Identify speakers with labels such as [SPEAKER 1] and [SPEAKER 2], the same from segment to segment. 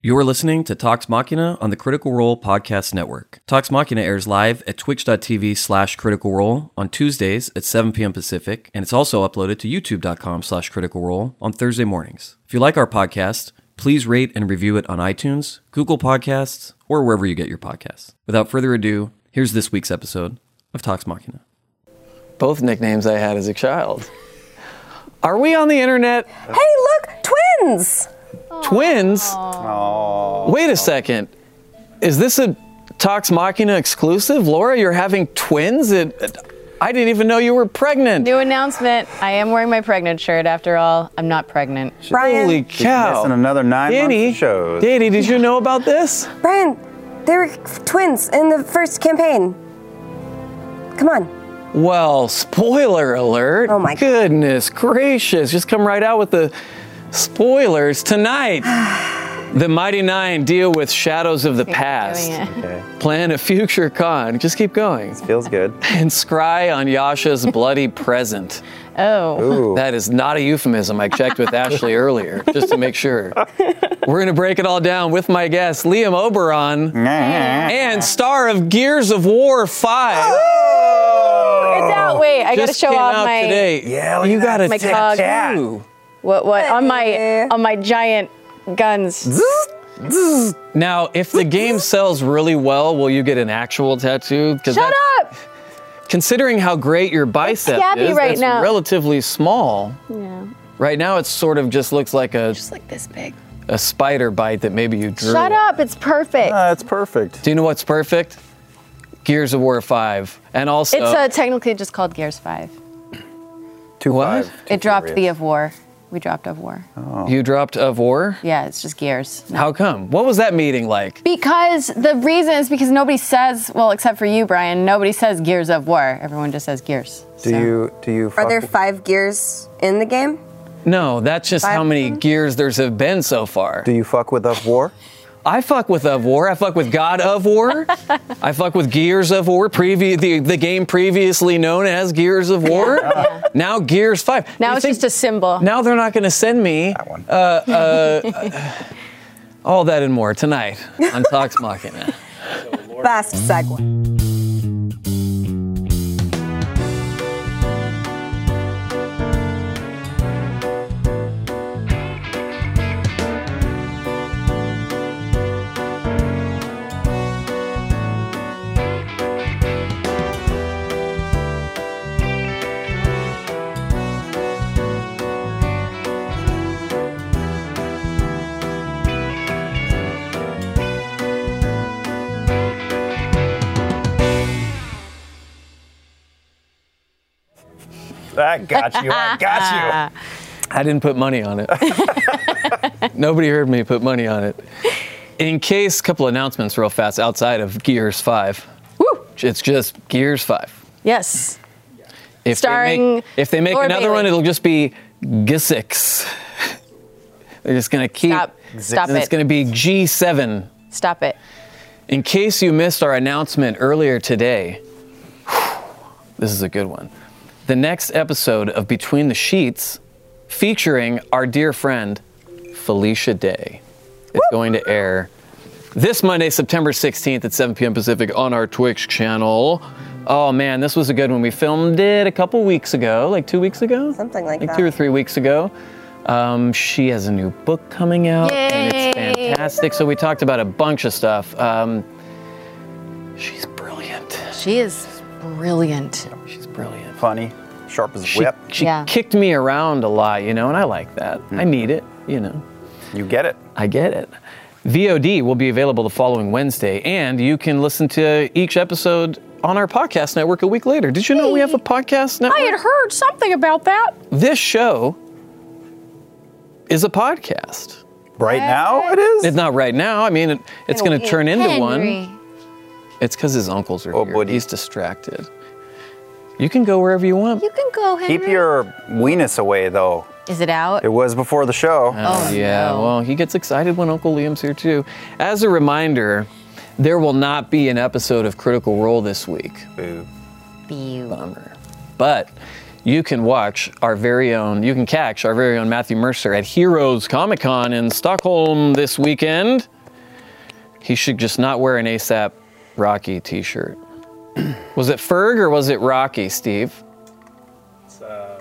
[SPEAKER 1] You're listening to Talks Machina on the Critical Role Podcast Network. Talks Machina airs live at twitch.tv slash critical role on Tuesdays at 7 p.m. Pacific, and it's also uploaded to youtube.com slash critical role on Thursday mornings. If you like our podcast, please rate and review it on iTunes, Google Podcasts, or wherever you get your podcasts. Without further ado, here's this week's episode of Talks Machina.
[SPEAKER 2] both nicknames I had as a child. Are we on the internet?
[SPEAKER 3] Hey, look, twins!
[SPEAKER 2] Twins? Wait a second. Is this a Tox Machina exclusive? Laura, you're having twins? It, I didn't even know you were pregnant.
[SPEAKER 4] New announcement. I am wearing my pregnant shirt after all. I'm not pregnant.
[SPEAKER 2] Holy
[SPEAKER 3] Brian,
[SPEAKER 2] cow.
[SPEAKER 5] missing another nine months of
[SPEAKER 2] Danny,
[SPEAKER 5] shows.
[SPEAKER 2] Danny, did you know about this?
[SPEAKER 3] Brian, they were f- twins in the first campaign. Come on.
[SPEAKER 2] Well, spoiler alert.
[SPEAKER 3] Oh my-
[SPEAKER 2] goodness gracious. Just come right out with the spoilers tonight. the Mighty Nine deal with shadows of the past.
[SPEAKER 4] Doing it.
[SPEAKER 5] Okay.
[SPEAKER 2] Plan a future con. Just keep going.
[SPEAKER 5] Feels good.
[SPEAKER 2] And scry on Yasha's bloody present.
[SPEAKER 4] Oh,
[SPEAKER 5] Ooh.
[SPEAKER 2] That is not a euphemism. I checked with Ashley earlier just to make sure. We're going to break it all down with my guest, Liam Oberon, and star of Gears of War 5.
[SPEAKER 4] it's out. Wait, I gotta
[SPEAKER 2] Just
[SPEAKER 4] show
[SPEAKER 2] came
[SPEAKER 4] off
[SPEAKER 2] out
[SPEAKER 4] my
[SPEAKER 2] today.
[SPEAKER 5] Yeah, look
[SPEAKER 2] you
[SPEAKER 5] at
[SPEAKER 2] got
[SPEAKER 5] that.
[SPEAKER 2] a
[SPEAKER 4] My
[SPEAKER 2] tech
[SPEAKER 4] cog.
[SPEAKER 2] too.
[SPEAKER 4] what what on my on my giant guns.
[SPEAKER 2] Now, if the game sells really well, will you get an actual tattoo? 'Cause
[SPEAKER 4] Shut
[SPEAKER 2] that's-
[SPEAKER 4] up!
[SPEAKER 2] Considering how great your bicep
[SPEAKER 4] scabby
[SPEAKER 2] is,
[SPEAKER 4] right
[SPEAKER 2] that's
[SPEAKER 4] now.
[SPEAKER 2] relatively small.
[SPEAKER 4] Yeah.
[SPEAKER 2] Right now, it sort of just looks like a,
[SPEAKER 4] Just like this big.
[SPEAKER 2] a spider bite that maybe you drew.
[SPEAKER 4] Shut up! It's perfect.
[SPEAKER 5] Uh, it's perfect.
[SPEAKER 2] Do you know what's perfect? Gears of War 5. And also,
[SPEAKER 4] it's uh, technically just called Gears Five.
[SPEAKER 5] Two five,
[SPEAKER 2] What?
[SPEAKER 5] Oh. two
[SPEAKER 4] It dropped the
[SPEAKER 5] furious.
[SPEAKER 4] of war. We dropped of war.
[SPEAKER 2] you dropped of war.
[SPEAKER 4] Yeah, it's just Gears.
[SPEAKER 2] How come? What was that meeting like?
[SPEAKER 4] Because the reason is because nobody says, well, except for you, Brian, nobody says Gears of War. Everyone just says Gears.
[SPEAKER 5] Do you do you?
[SPEAKER 3] Are
[SPEAKER 5] fuck
[SPEAKER 3] there
[SPEAKER 5] with-
[SPEAKER 3] five gears in the game?
[SPEAKER 2] No, that's just how
[SPEAKER 3] Five
[SPEAKER 2] many
[SPEAKER 3] of them?
[SPEAKER 2] gears there's have been so far.
[SPEAKER 5] do you fuck with of war?
[SPEAKER 2] I fuck with of war. I fuck with God of War. I fuck with Gears of War, previ- the, the game previously known as Gears of War. Now Gears 5.
[SPEAKER 4] Now
[SPEAKER 2] You
[SPEAKER 4] it's
[SPEAKER 2] think-
[SPEAKER 4] just a symbol.
[SPEAKER 2] Now they're not going to send me
[SPEAKER 5] one.
[SPEAKER 2] uh, uh, all that and more tonight on Talks Machina.
[SPEAKER 3] Best segue.
[SPEAKER 5] I got you. I got you.
[SPEAKER 2] I didn't put money on it. Nobody heard me put money on it. In case, couple announcements real fast outside of Gears 5.
[SPEAKER 4] Woo!
[SPEAKER 2] It's just Gears 5.
[SPEAKER 4] Yes.
[SPEAKER 2] If They
[SPEAKER 4] Starring
[SPEAKER 2] make, if they make
[SPEAKER 4] Laura
[SPEAKER 2] another
[SPEAKER 4] Bailey.
[SPEAKER 2] one, it'll just be G6. They're just going to keep.
[SPEAKER 4] Stop. Stop
[SPEAKER 2] and It's
[SPEAKER 4] it.
[SPEAKER 2] going to be G7.
[SPEAKER 4] Stop it.
[SPEAKER 2] In case you missed our announcement earlier today, this is a good one. The next episode of Between the Sheets, featuring our dear friend Felicia Day, is going to air this Monday, September 16th at 7 p.m. Pacific on our Twitch channel. Oh man, this was a good one. We filmed it a couple weeks ago, like two weeks ago,
[SPEAKER 3] Something like
[SPEAKER 2] like
[SPEAKER 3] that.
[SPEAKER 2] two or three weeks ago. Um, she has a new book coming out, and it's
[SPEAKER 6] Yay!
[SPEAKER 2] fantastic. So we talked about a bunch of stuff. Um, she's brilliant.
[SPEAKER 6] She is brilliant.
[SPEAKER 2] She's brilliant.
[SPEAKER 7] Funny, sharp as a
[SPEAKER 2] She,
[SPEAKER 7] whip.
[SPEAKER 2] she
[SPEAKER 6] Yeah.
[SPEAKER 2] kicked me around a lot, you know, and I like that. I
[SPEAKER 7] Mm-hmm.
[SPEAKER 2] need it, you know.
[SPEAKER 7] You get it.
[SPEAKER 2] I get it. VOD will be available the following Wednesday, and you can listen to each episode on our podcast network a week later. Did you know we have a podcast network?
[SPEAKER 6] I had heard something about that.
[SPEAKER 2] This show is a podcast.
[SPEAKER 7] Right now it is.
[SPEAKER 2] It's not right now. I mean, it, it's going to turn into one.
[SPEAKER 6] Henry.
[SPEAKER 2] It's because his uncles are
[SPEAKER 7] Oh,
[SPEAKER 2] here.
[SPEAKER 7] buddy.
[SPEAKER 2] He's distracted. You can go wherever you want.
[SPEAKER 6] You can go, Henry.
[SPEAKER 7] Keep your weenus away though.
[SPEAKER 6] Is it out?
[SPEAKER 7] It was before the show.
[SPEAKER 6] Oh,
[SPEAKER 2] yeah,
[SPEAKER 6] no.
[SPEAKER 2] well, he gets excited when Uncle Liam's here too. As a reminder, there will not be an episode of Critical Role this week.
[SPEAKER 7] Boo.
[SPEAKER 6] Pew.
[SPEAKER 2] Bummer. But you can watch our very own, you can catch our very own Matthew Mercer at Heroes Comic Con in Stockholm this weekend. He should just not wear an ASAP Rocky t shirt. was it Ferg or was it Rocky, Steve?
[SPEAKER 8] uh,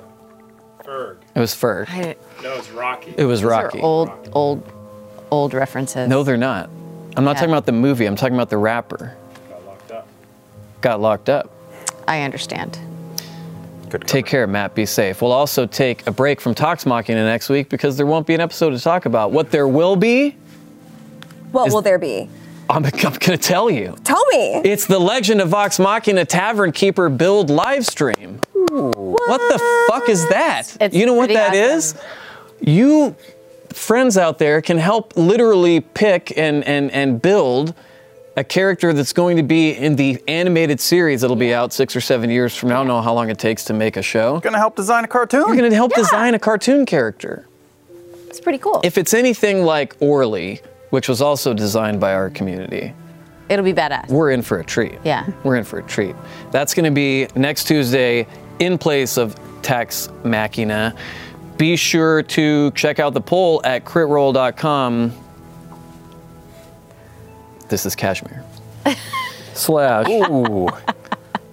[SPEAKER 8] Ferg.
[SPEAKER 2] It was Ferg.
[SPEAKER 6] I-
[SPEAKER 8] No, it's Rocky.
[SPEAKER 2] It was
[SPEAKER 6] These are
[SPEAKER 2] Rocky.
[SPEAKER 6] old, old, old references.
[SPEAKER 2] No, they're not. I'm not
[SPEAKER 6] Yeah.
[SPEAKER 2] talking about the movie, I'm talking about the rapper.
[SPEAKER 8] Got locked up.
[SPEAKER 2] Got locked up.
[SPEAKER 6] I understand.
[SPEAKER 7] Good.
[SPEAKER 2] Take care, Matt. Be safe. We'll also take a break from Talks Machina next week because there won't be an episode to talk about. What there will be,
[SPEAKER 3] What will there be?
[SPEAKER 2] I'm, I'm going to tell you.
[SPEAKER 3] Tell me.
[SPEAKER 2] It's the Legend of Vox Machina Tavern Keeper Build live stream. What the fuck is that?
[SPEAKER 6] It's
[SPEAKER 2] you know what
[SPEAKER 6] pretty
[SPEAKER 2] that is?
[SPEAKER 6] awesome.
[SPEAKER 2] You friends out there can help literally pick and and and build a character that's going to be in the animated series that'll be out six or seven years from now. I don't know how long it takes to make a show.
[SPEAKER 7] Gonna help design a cartoon.
[SPEAKER 2] You're going to help design a cartoon character.
[SPEAKER 6] It's pretty cool.
[SPEAKER 2] If it's anything like Orly, which was also designed by our community,
[SPEAKER 6] It'll be badass.
[SPEAKER 2] we're in for a treat.
[SPEAKER 6] Yeah.
[SPEAKER 2] We're in for a treat. That's going to be next Tuesday in place of Tex Machina. Be sure to check out the poll at critroll.com. This is Kashmir. Slash
[SPEAKER 7] Ooh.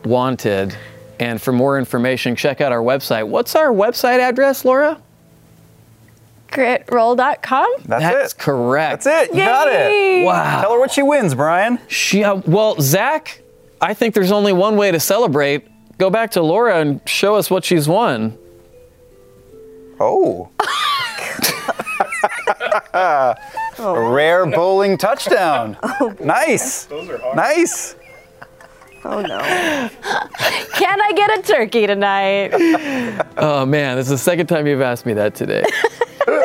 [SPEAKER 2] wanted. And for more information, check out our website. What's our website address, Laura?
[SPEAKER 6] Critroll.com?
[SPEAKER 7] That's, it.
[SPEAKER 2] correct.
[SPEAKER 7] That's it. You got it.
[SPEAKER 2] Wow.
[SPEAKER 7] Tell her what she wins, Brian.
[SPEAKER 2] She, uh, well, Zach, I think there's only one way to celebrate. Go back to Laura and show us what she's won.
[SPEAKER 7] Oh. A rare bowling touchdown. Nice.
[SPEAKER 8] Those are hard.
[SPEAKER 7] Nice.
[SPEAKER 3] Oh no.
[SPEAKER 6] Can I get a turkey tonight?
[SPEAKER 2] Oh man, this is the second time you've asked me that today.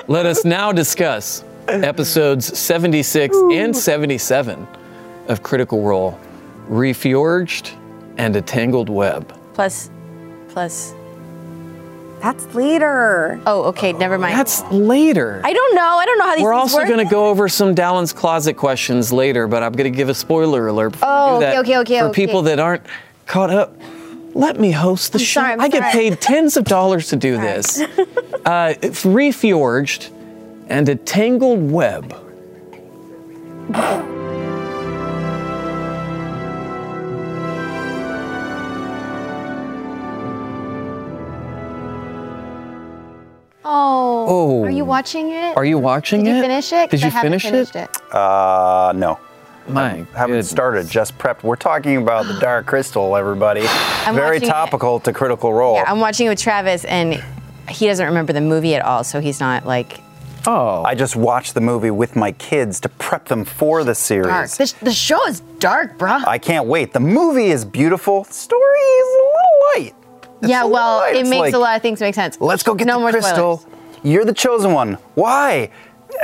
[SPEAKER 2] Let us now discuss episodes 76 and 77 of Critical Role, Refuorged and A Tangled Web.
[SPEAKER 6] plus, plus.
[SPEAKER 3] That's later.
[SPEAKER 6] Oh, okay. Never mind.
[SPEAKER 2] That's later.
[SPEAKER 6] I don't know. I don't know how these
[SPEAKER 2] We're
[SPEAKER 6] things
[SPEAKER 2] also
[SPEAKER 6] work.
[SPEAKER 2] going to go over some Dallin's Closet questions later, but I'm going to give a spoiler alert before
[SPEAKER 6] Oh,
[SPEAKER 2] we
[SPEAKER 6] okay,
[SPEAKER 2] do that
[SPEAKER 6] okay, okay,
[SPEAKER 2] for
[SPEAKER 6] okay.
[SPEAKER 2] people that aren't caught up. Let me host the show.
[SPEAKER 6] sorry, I'm
[SPEAKER 2] I get
[SPEAKER 6] sorry.
[SPEAKER 2] paid tens of dollars to do this. uh, it's Refuorged and a tangled web.
[SPEAKER 6] Oh.
[SPEAKER 2] Oh.
[SPEAKER 6] Are you watching it?
[SPEAKER 2] Are you watching
[SPEAKER 6] Did
[SPEAKER 2] it?
[SPEAKER 6] you finish it? 'Cause
[SPEAKER 2] Did
[SPEAKER 6] I
[SPEAKER 2] you
[SPEAKER 6] haven't
[SPEAKER 2] finish
[SPEAKER 6] finished
[SPEAKER 2] it?
[SPEAKER 7] Uh, no.
[SPEAKER 2] My
[SPEAKER 7] Haven't
[SPEAKER 2] goodness.
[SPEAKER 7] started, just prepped. We're talking about the Dark Crystal, everybody. Very
[SPEAKER 6] watching it.
[SPEAKER 7] topical to Critical Role.
[SPEAKER 6] Yeah, I'm watching it with Travis, and he doesn't remember the movie at all, so he's not like.
[SPEAKER 2] Oh,
[SPEAKER 7] I just watched the movie with my kids to prep them for the series.
[SPEAKER 6] Dark. The, the show is dark, bruh.
[SPEAKER 7] I can't wait. The movie is beautiful. The story is a little light. It's
[SPEAKER 6] yeah,
[SPEAKER 7] a
[SPEAKER 6] well,
[SPEAKER 7] little light.
[SPEAKER 6] it
[SPEAKER 7] It's
[SPEAKER 6] makes
[SPEAKER 7] like,
[SPEAKER 6] a lot of things make sense.
[SPEAKER 7] Let's go get
[SPEAKER 6] no
[SPEAKER 7] the
[SPEAKER 6] more
[SPEAKER 7] crystal.
[SPEAKER 6] Spoilers.
[SPEAKER 7] You're the chosen one. Why?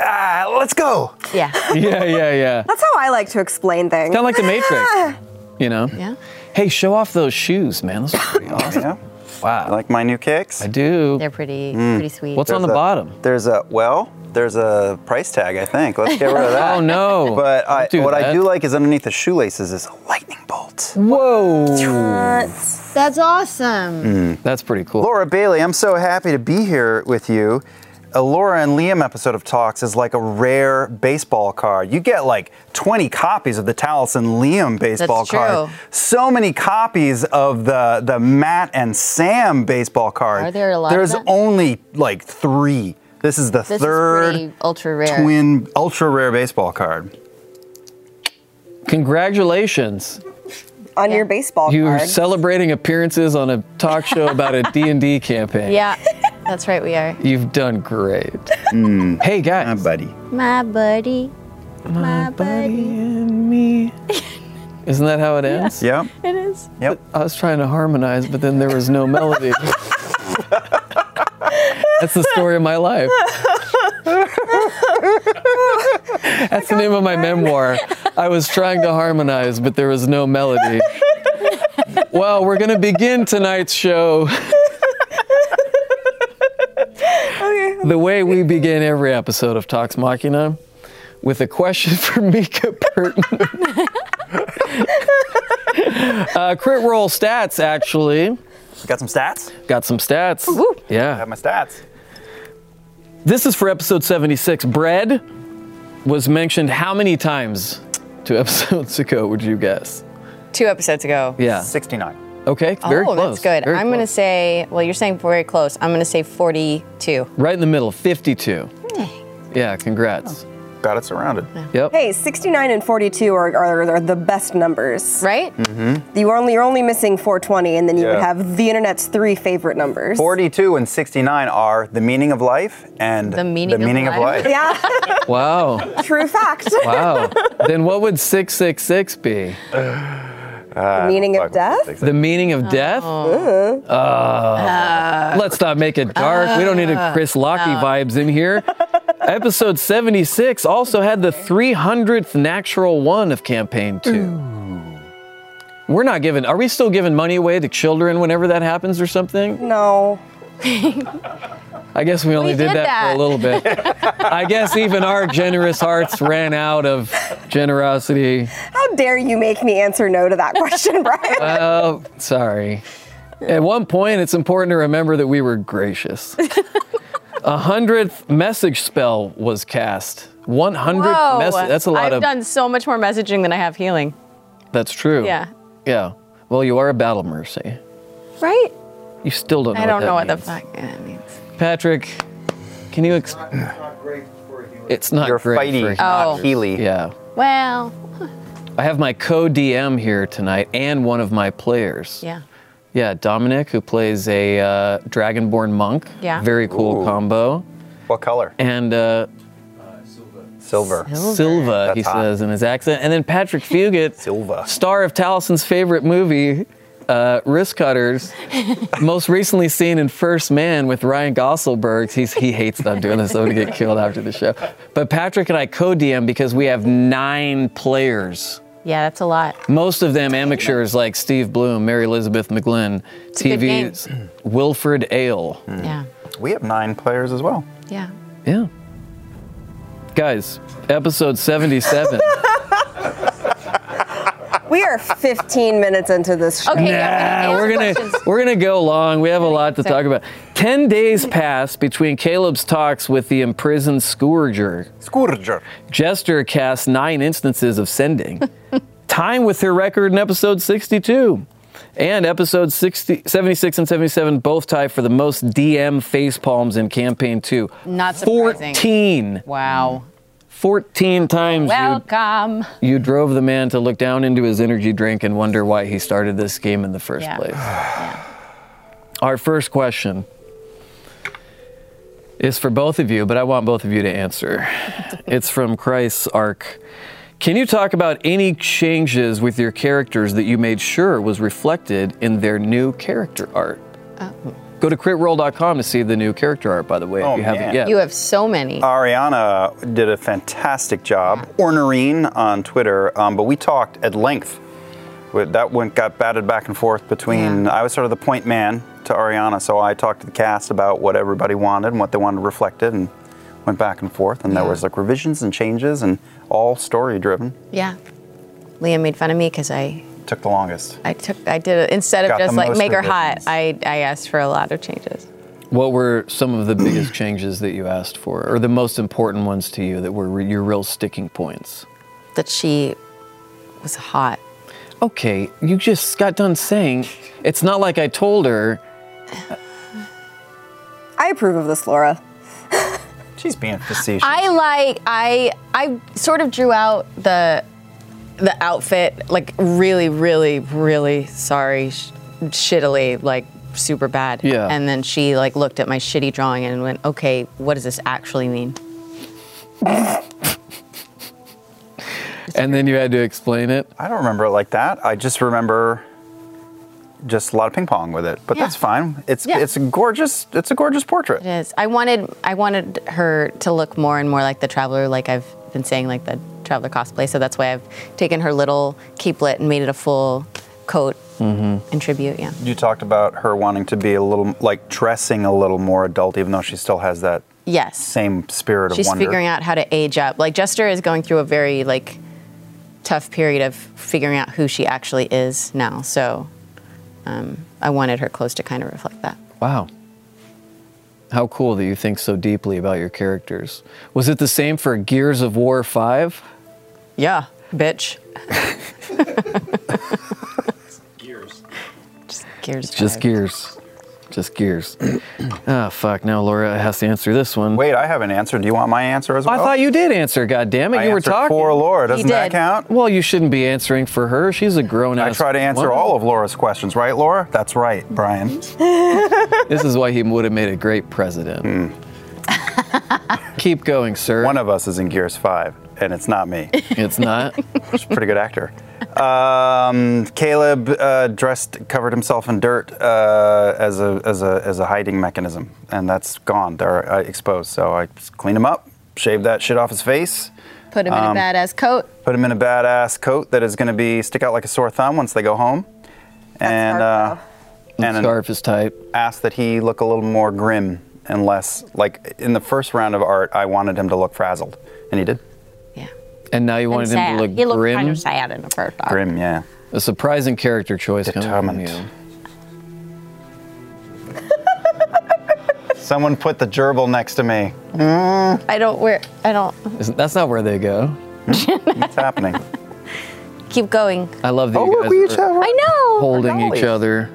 [SPEAKER 7] Ah, let's go.
[SPEAKER 6] Yeah.
[SPEAKER 2] yeah, yeah, yeah.
[SPEAKER 3] That's how I like to explain things.
[SPEAKER 2] Kind of like the Matrix, you know?
[SPEAKER 6] Ah! Yeah.
[SPEAKER 2] Hey, show off those shoes, man. Those are pretty awesome.
[SPEAKER 7] Oh, Yeah.
[SPEAKER 2] Wow.
[SPEAKER 7] I like my new kicks. Mm.
[SPEAKER 2] I do.
[SPEAKER 6] They're pretty, pretty sweet.
[SPEAKER 2] What's on the
[SPEAKER 7] There's a-
[SPEAKER 2] bottom?
[SPEAKER 7] There's a well. There's a price tag. I think. Let's get rid of that.
[SPEAKER 2] Oh no!
[SPEAKER 7] But I,
[SPEAKER 2] Don't do
[SPEAKER 7] what I
[SPEAKER 2] that.
[SPEAKER 7] do like is underneath the shoelaces is a lightning bolt.
[SPEAKER 2] Whoa!
[SPEAKER 3] That's-
[SPEAKER 6] That's awesome.
[SPEAKER 2] That's pretty cool.
[SPEAKER 7] Laura Bailey, I'm so happy to be here with you. A Laura and Liam episode of Talks is like a rare baseball card. You get like 20 copies of the Talis and Liam baseball
[SPEAKER 6] That's true.
[SPEAKER 7] card. So many copies of the the Matt and Sam baseball card.
[SPEAKER 6] Are there a lot of
[SPEAKER 7] There's
[SPEAKER 6] that?
[SPEAKER 7] only like three. This is the
[SPEAKER 4] This
[SPEAKER 7] third
[SPEAKER 4] is pretty ultra rare.
[SPEAKER 7] twin ultra rare baseball card.
[SPEAKER 2] Congratulations.
[SPEAKER 3] on your baseball
[SPEAKER 2] You're
[SPEAKER 3] card.
[SPEAKER 2] celebrating appearances on a talk show about a D&D campaign.
[SPEAKER 4] Yeah, that's right. We are.
[SPEAKER 2] You've done great. Hey
[SPEAKER 7] Ah,
[SPEAKER 2] guys.
[SPEAKER 7] buddy.
[SPEAKER 4] My buddy. My buddy.
[SPEAKER 2] and me. Isn't that how it ends?
[SPEAKER 7] Yep.
[SPEAKER 4] It is.
[SPEAKER 7] Yep.
[SPEAKER 2] I was trying to harmonize, but then there was no melody. That's the story of my life. That's the name of my memoir. I was trying to harmonize, but there was no melody. Well, we're going to begin tonight's show the way we begin every episode of Talks Machina with a question for Mika Burton. uh, crit roll stats, actually.
[SPEAKER 7] Got some stats?
[SPEAKER 2] Got some stats. Yeah.
[SPEAKER 7] Got my stats.
[SPEAKER 2] This is for episode 76. Bread was mentioned how many times two episodes ago, would you guess?
[SPEAKER 4] Two episodes ago.
[SPEAKER 2] Yeah.
[SPEAKER 7] 69.
[SPEAKER 2] Okay,
[SPEAKER 4] Oh,
[SPEAKER 2] very close.
[SPEAKER 4] that's good.
[SPEAKER 2] very
[SPEAKER 4] I'm going to
[SPEAKER 2] close.
[SPEAKER 4] say, well, you're saying very close. I'm going to say 42.
[SPEAKER 2] Right in the middle, 52. Yeah, congrats.
[SPEAKER 4] Oh,
[SPEAKER 7] Got it surrounded.
[SPEAKER 2] Yep.
[SPEAKER 3] hey, 69 and 42 are, are, are the best numbers.
[SPEAKER 2] Hmm.
[SPEAKER 4] Right?
[SPEAKER 3] You only you're only missing 420, and then you would
[SPEAKER 7] Yeah.
[SPEAKER 3] have the internet's three favorite numbers.
[SPEAKER 7] 42 and 69 are the meaning of life and
[SPEAKER 4] The meaning of
[SPEAKER 7] of, life.
[SPEAKER 4] life.
[SPEAKER 3] Yeah,
[SPEAKER 2] Wow.
[SPEAKER 3] true fact.
[SPEAKER 2] Wow. then what would 666 be?
[SPEAKER 3] the meaning of death.
[SPEAKER 2] The meaning of death? Oh. Let's not make it dark. we don't need a Chris Locky vibes in here. Episode 76 also had the 300th natural one of campaign 2. We're not giving, are we still giving money away to children whenever that happens or something?
[SPEAKER 3] No,
[SPEAKER 2] I guess we only did,
[SPEAKER 4] did
[SPEAKER 2] that, for a
[SPEAKER 4] that.
[SPEAKER 2] little bit. I guess even our generous hearts ran out of generosity.
[SPEAKER 3] how dare you make me answer no to that question, Brian?
[SPEAKER 2] Oh, sorry. At one point, it's important to remember that we were gracious. A hundredth message spell was cast. One hundredth
[SPEAKER 4] Whoa.
[SPEAKER 2] message. That's a lot
[SPEAKER 4] I've
[SPEAKER 2] of.
[SPEAKER 4] done so much more messaging than I have healing.
[SPEAKER 2] that's true.
[SPEAKER 4] Yeah.
[SPEAKER 2] Yeah. Well, you are a battle mercy.
[SPEAKER 4] Right?
[SPEAKER 2] You still don't know.
[SPEAKER 4] I don't know what
[SPEAKER 2] that
[SPEAKER 4] the
[SPEAKER 2] means.
[SPEAKER 4] fuck that means.
[SPEAKER 2] Patrick, can you? Ex- it's not
[SPEAKER 7] You're
[SPEAKER 2] great
[SPEAKER 7] fighting,
[SPEAKER 2] for you.
[SPEAKER 4] Oh.
[SPEAKER 7] not Healy.
[SPEAKER 2] Yeah.
[SPEAKER 4] Well,
[SPEAKER 2] I have my co-DM here tonight and one of my players.
[SPEAKER 4] yeah.
[SPEAKER 2] Yeah, Dominic, who plays a uh, dragonborn monk.
[SPEAKER 4] Yeah.
[SPEAKER 2] Very cool
[SPEAKER 7] Ooh.
[SPEAKER 2] combo.
[SPEAKER 7] What color?
[SPEAKER 2] And uh,
[SPEAKER 7] Silver.
[SPEAKER 2] Silva, he
[SPEAKER 7] That's hot.
[SPEAKER 2] says in his accent. And then Patrick Fugit,
[SPEAKER 7] Silva.
[SPEAKER 2] star of Taliesin's favorite movie, uh, Wrist Cutters, most recently seen in First Man with Ryan Gosselberg. He's, he hates that I'm doing this. I'm going to get killed after the show. But Patrick and I co DM because we have nine players.
[SPEAKER 4] Yeah, that's a lot.
[SPEAKER 2] Most of them amateurs like Steve Bloom, Mary Elizabeth McGlynn,
[SPEAKER 4] a good game. Hmm.
[SPEAKER 2] TV's Wilfred Ale.
[SPEAKER 4] Yeah.
[SPEAKER 7] We have nine players as well.
[SPEAKER 4] Yeah.
[SPEAKER 2] Yeah. Guys, episode 77.
[SPEAKER 3] We are 15 minutes into this show.
[SPEAKER 4] Okay.
[SPEAKER 2] Nah,
[SPEAKER 4] yeah,
[SPEAKER 2] we're
[SPEAKER 4] gonna
[SPEAKER 2] gonna
[SPEAKER 4] ask questions.
[SPEAKER 2] we're gonna go long. We have a lot to talk about. Ten days passed between Caleb's talks with the imprisoned scourger.
[SPEAKER 7] Scourger.
[SPEAKER 2] Jester cast nine instances of sending. Time with her record in episode 62. And episode 60, 76 and 77 both tie for the most DM face palms in campaign two.
[SPEAKER 4] Not surprising.
[SPEAKER 2] 14.
[SPEAKER 4] Wow.
[SPEAKER 2] 14 times you
[SPEAKER 4] Welcome.
[SPEAKER 2] you drove the man to look down into his energy drink and wonder why he started this game in the first
[SPEAKER 4] Yeah.
[SPEAKER 2] place. Our first question is for both of you, but I want both of you to answer. it's from Christ's Ark. Can you talk about any changes with your characters that you made sure was reflected in their new character art?
[SPEAKER 4] Oh.
[SPEAKER 2] Go to critroll.com to see the new character art, by the way,
[SPEAKER 7] Oh,
[SPEAKER 2] if you haven't
[SPEAKER 7] man.
[SPEAKER 2] yet.
[SPEAKER 4] You have so many.
[SPEAKER 7] Ariana did a fantastic job. Ornerine on Twitter, um, but we talked at length. With- That went got batted back and forth between. I was sort of the point man to Ariana, so I talked to the cast about what everybody wanted and what they wanted reflected, and went back and forth. And there was like revisions and changes, and all story driven.
[SPEAKER 4] yeah. Leah made fun of me because I,
[SPEAKER 7] Took the longest.
[SPEAKER 4] I took I did it instead of
[SPEAKER 7] Got the
[SPEAKER 4] just like
[SPEAKER 7] most
[SPEAKER 4] make her hot.
[SPEAKER 7] revisions.
[SPEAKER 4] I I asked for a lot of changes.
[SPEAKER 2] What were some of the biggest changes that you asked for, or the most important ones to you that were re- your real sticking points?
[SPEAKER 4] That she was hot.
[SPEAKER 2] Okay, you just got done saying it's not like I told her.
[SPEAKER 3] I approve of this, Laura.
[SPEAKER 7] She's being facetious.
[SPEAKER 4] I like I I sort of drew out the the outfit like really really really sorry sh- shittily like super bad.
[SPEAKER 2] Yeah.
[SPEAKER 4] And then she like looked at my shitty drawing and went, "Okay, what does this actually mean?"
[SPEAKER 2] And then you had to explain it.
[SPEAKER 7] I don't remember it like that. I just remember just a lot of ping pong with it. But
[SPEAKER 4] Yeah.
[SPEAKER 7] that's fine. It's
[SPEAKER 4] Yeah.
[SPEAKER 7] it's a gorgeous it's a gorgeous portrait.
[SPEAKER 4] It is. I wanted I wanted her to look more and more like the traveler, like I've been saying, like the traveler cosplay. So that's why I've taken her little capelet and made it a full coat in tribute. Yeah.
[SPEAKER 7] Mm-hmm. You talked about her wanting to be a little like dressing a little more adult, even though she still has that
[SPEAKER 4] Yes.
[SPEAKER 7] same spirit of
[SPEAKER 4] She's
[SPEAKER 7] wonder.
[SPEAKER 4] figuring out how to age up. Like Jester is going through a very like tough period of figuring out who she actually is now. So um, I wanted her clothes to kind of reflect that.
[SPEAKER 2] Wow. How cool that you think so deeply about your characters. Was it the same for Gears of War 5?
[SPEAKER 4] Yeah, bitch.
[SPEAKER 8] Gears.
[SPEAKER 4] Just gears.
[SPEAKER 2] Just
[SPEAKER 4] five.
[SPEAKER 2] Gears. Just Gears. Ah, fuck. Now Laura has to answer this one.
[SPEAKER 7] Wait, I have an answer. Do you want my answer as well?
[SPEAKER 2] Oh, I thought you did answer, God damn it!
[SPEAKER 7] I
[SPEAKER 2] You were
[SPEAKER 7] answered
[SPEAKER 2] talking.
[SPEAKER 7] for Laura. Doesn't that
[SPEAKER 4] did.
[SPEAKER 7] count?
[SPEAKER 2] Well, you shouldn't be answering for her. She's a grown
[SPEAKER 7] I
[SPEAKER 2] ass.
[SPEAKER 7] try to answer all of Laura's questions, right, Laura? That's right, Brian.
[SPEAKER 2] This is why he would have made a great president. Keep going, sir.
[SPEAKER 7] Hmm. One of us is in Gears 5, and it's not me.
[SPEAKER 2] it's not.
[SPEAKER 7] She's a pretty good actor. Um, Caleb uh, dressed, covered himself in dirt uh, as, a, as, a, as a hiding mechanism, and that's gone. They're uh, exposed. So I just cleaned him up, shaved that shit off his face,
[SPEAKER 6] Put him
[SPEAKER 7] Um,
[SPEAKER 6] in a badass coat.
[SPEAKER 7] put him in a badass coat that is going to be stick out like a sore thumb once they go home, and
[SPEAKER 3] hard,
[SPEAKER 7] uh, and
[SPEAKER 2] the
[SPEAKER 7] an
[SPEAKER 2] scarf is tight.
[SPEAKER 7] asked that he look a little more grim and less like in the first round of art. I wanted him to look frazzled, and he did.
[SPEAKER 4] Yeah.
[SPEAKER 2] And now you wanted
[SPEAKER 4] sad.
[SPEAKER 2] him to look
[SPEAKER 4] he looked
[SPEAKER 2] grim.
[SPEAKER 4] kind of sad in the first arc.
[SPEAKER 7] Grim, yeah.
[SPEAKER 2] A surprising character choice coming
[SPEAKER 7] Determined.
[SPEAKER 2] from you.
[SPEAKER 7] Someone put the gerbil next to me. Mm.
[SPEAKER 4] I don't wear. I don't
[SPEAKER 2] Isn't, that's not where they go.
[SPEAKER 7] Hmm? What's happening?
[SPEAKER 4] keep going.
[SPEAKER 2] I love that
[SPEAKER 7] Oh,
[SPEAKER 2] you
[SPEAKER 7] look,
[SPEAKER 2] guys
[SPEAKER 7] we each
[SPEAKER 2] are
[SPEAKER 7] have our-
[SPEAKER 4] Oh, I know.
[SPEAKER 2] holding
[SPEAKER 4] Like
[SPEAKER 2] each
[SPEAKER 4] always.
[SPEAKER 2] other,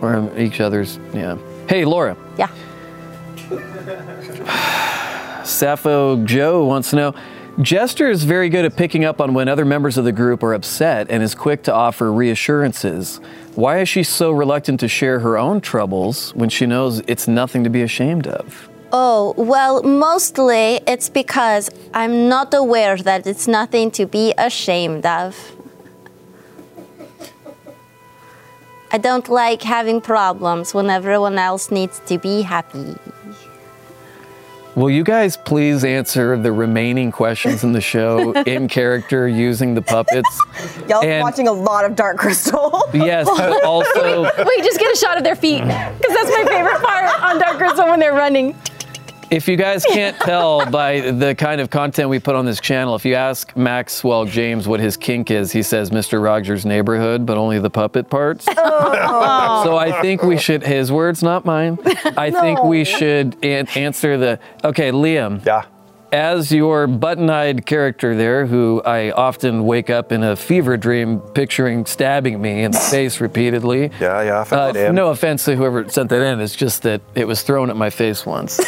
[SPEAKER 2] or each other's. Yeah. Hey, Laura.
[SPEAKER 4] Yeah.
[SPEAKER 2] Sappho Joe wants to know Jester is very good at picking up on when other members of the group are upset and is quick to offer reassurances. Why is she so reluctant to share her own troubles when she knows it's nothing to be ashamed of?
[SPEAKER 9] Oh, well, mostly it's because I'm not aware that it's nothing to be ashamed of. I don't like having problems when everyone else needs to be happy.
[SPEAKER 2] Will you guys please answer the remaining questions in the show in character using the puppets?
[SPEAKER 3] Y'all
[SPEAKER 2] And-
[SPEAKER 3] watching a lot of Dark Crystal.
[SPEAKER 2] Yes, but also
[SPEAKER 6] Wait, just get a shot of their feet.
[SPEAKER 7] Mm.
[SPEAKER 6] Because that's my favorite part on Dark Crystal when they're running.
[SPEAKER 2] If you guys can't tell by the kind of content we put on this channel, if you ask Maxwell James what his kink is, he says Mr. Rogers' neighborhood, but only the puppet parts.
[SPEAKER 3] Oh.
[SPEAKER 2] So I think we should, his words, not mine. I think we should an- answer the. Okay, Liam,
[SPEAKER 7] Yeah.
[SPEAKER 2] as your button eyed character there, who I often wake up in a fever dream picturing stabbing me in the face repeatedly.
[SPEAKER 7] Yeah, yeah, I
[SPEAKER 2] Uh,
[SPEAKER 7] found it in.
[SPEAKER 2] no offense to whoever sent that in. It's just that it was thrown at my face once.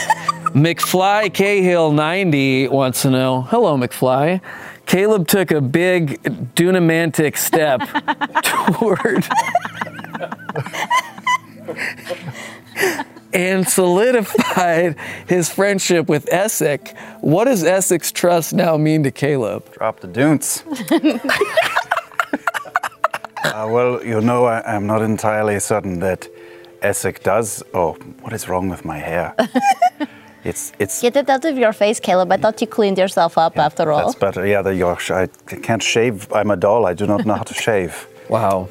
[SPEAKER 2] McFly Cahill 90 wants to know Hello, McFly. Caleb took a big dunamantic step toward and solidified his friendship with Essex. What does Essex trust now mean to Caleb?
[SPEAKER 7] Drop the dunce. uh, well, you know, I, I'm not entirely certain that Essex does. Oh, what is wrong with my hair? it's it's.
[SPEAKER 9] Get it out of your face, Caleb. I thought you cleaned yourself up after all.
[SPEAKER 7] That's better. Yeah, the Yorkshire. I c- can't shave. I'm a doll. I do not know how to shave.
[SPEAKER 2] Wow.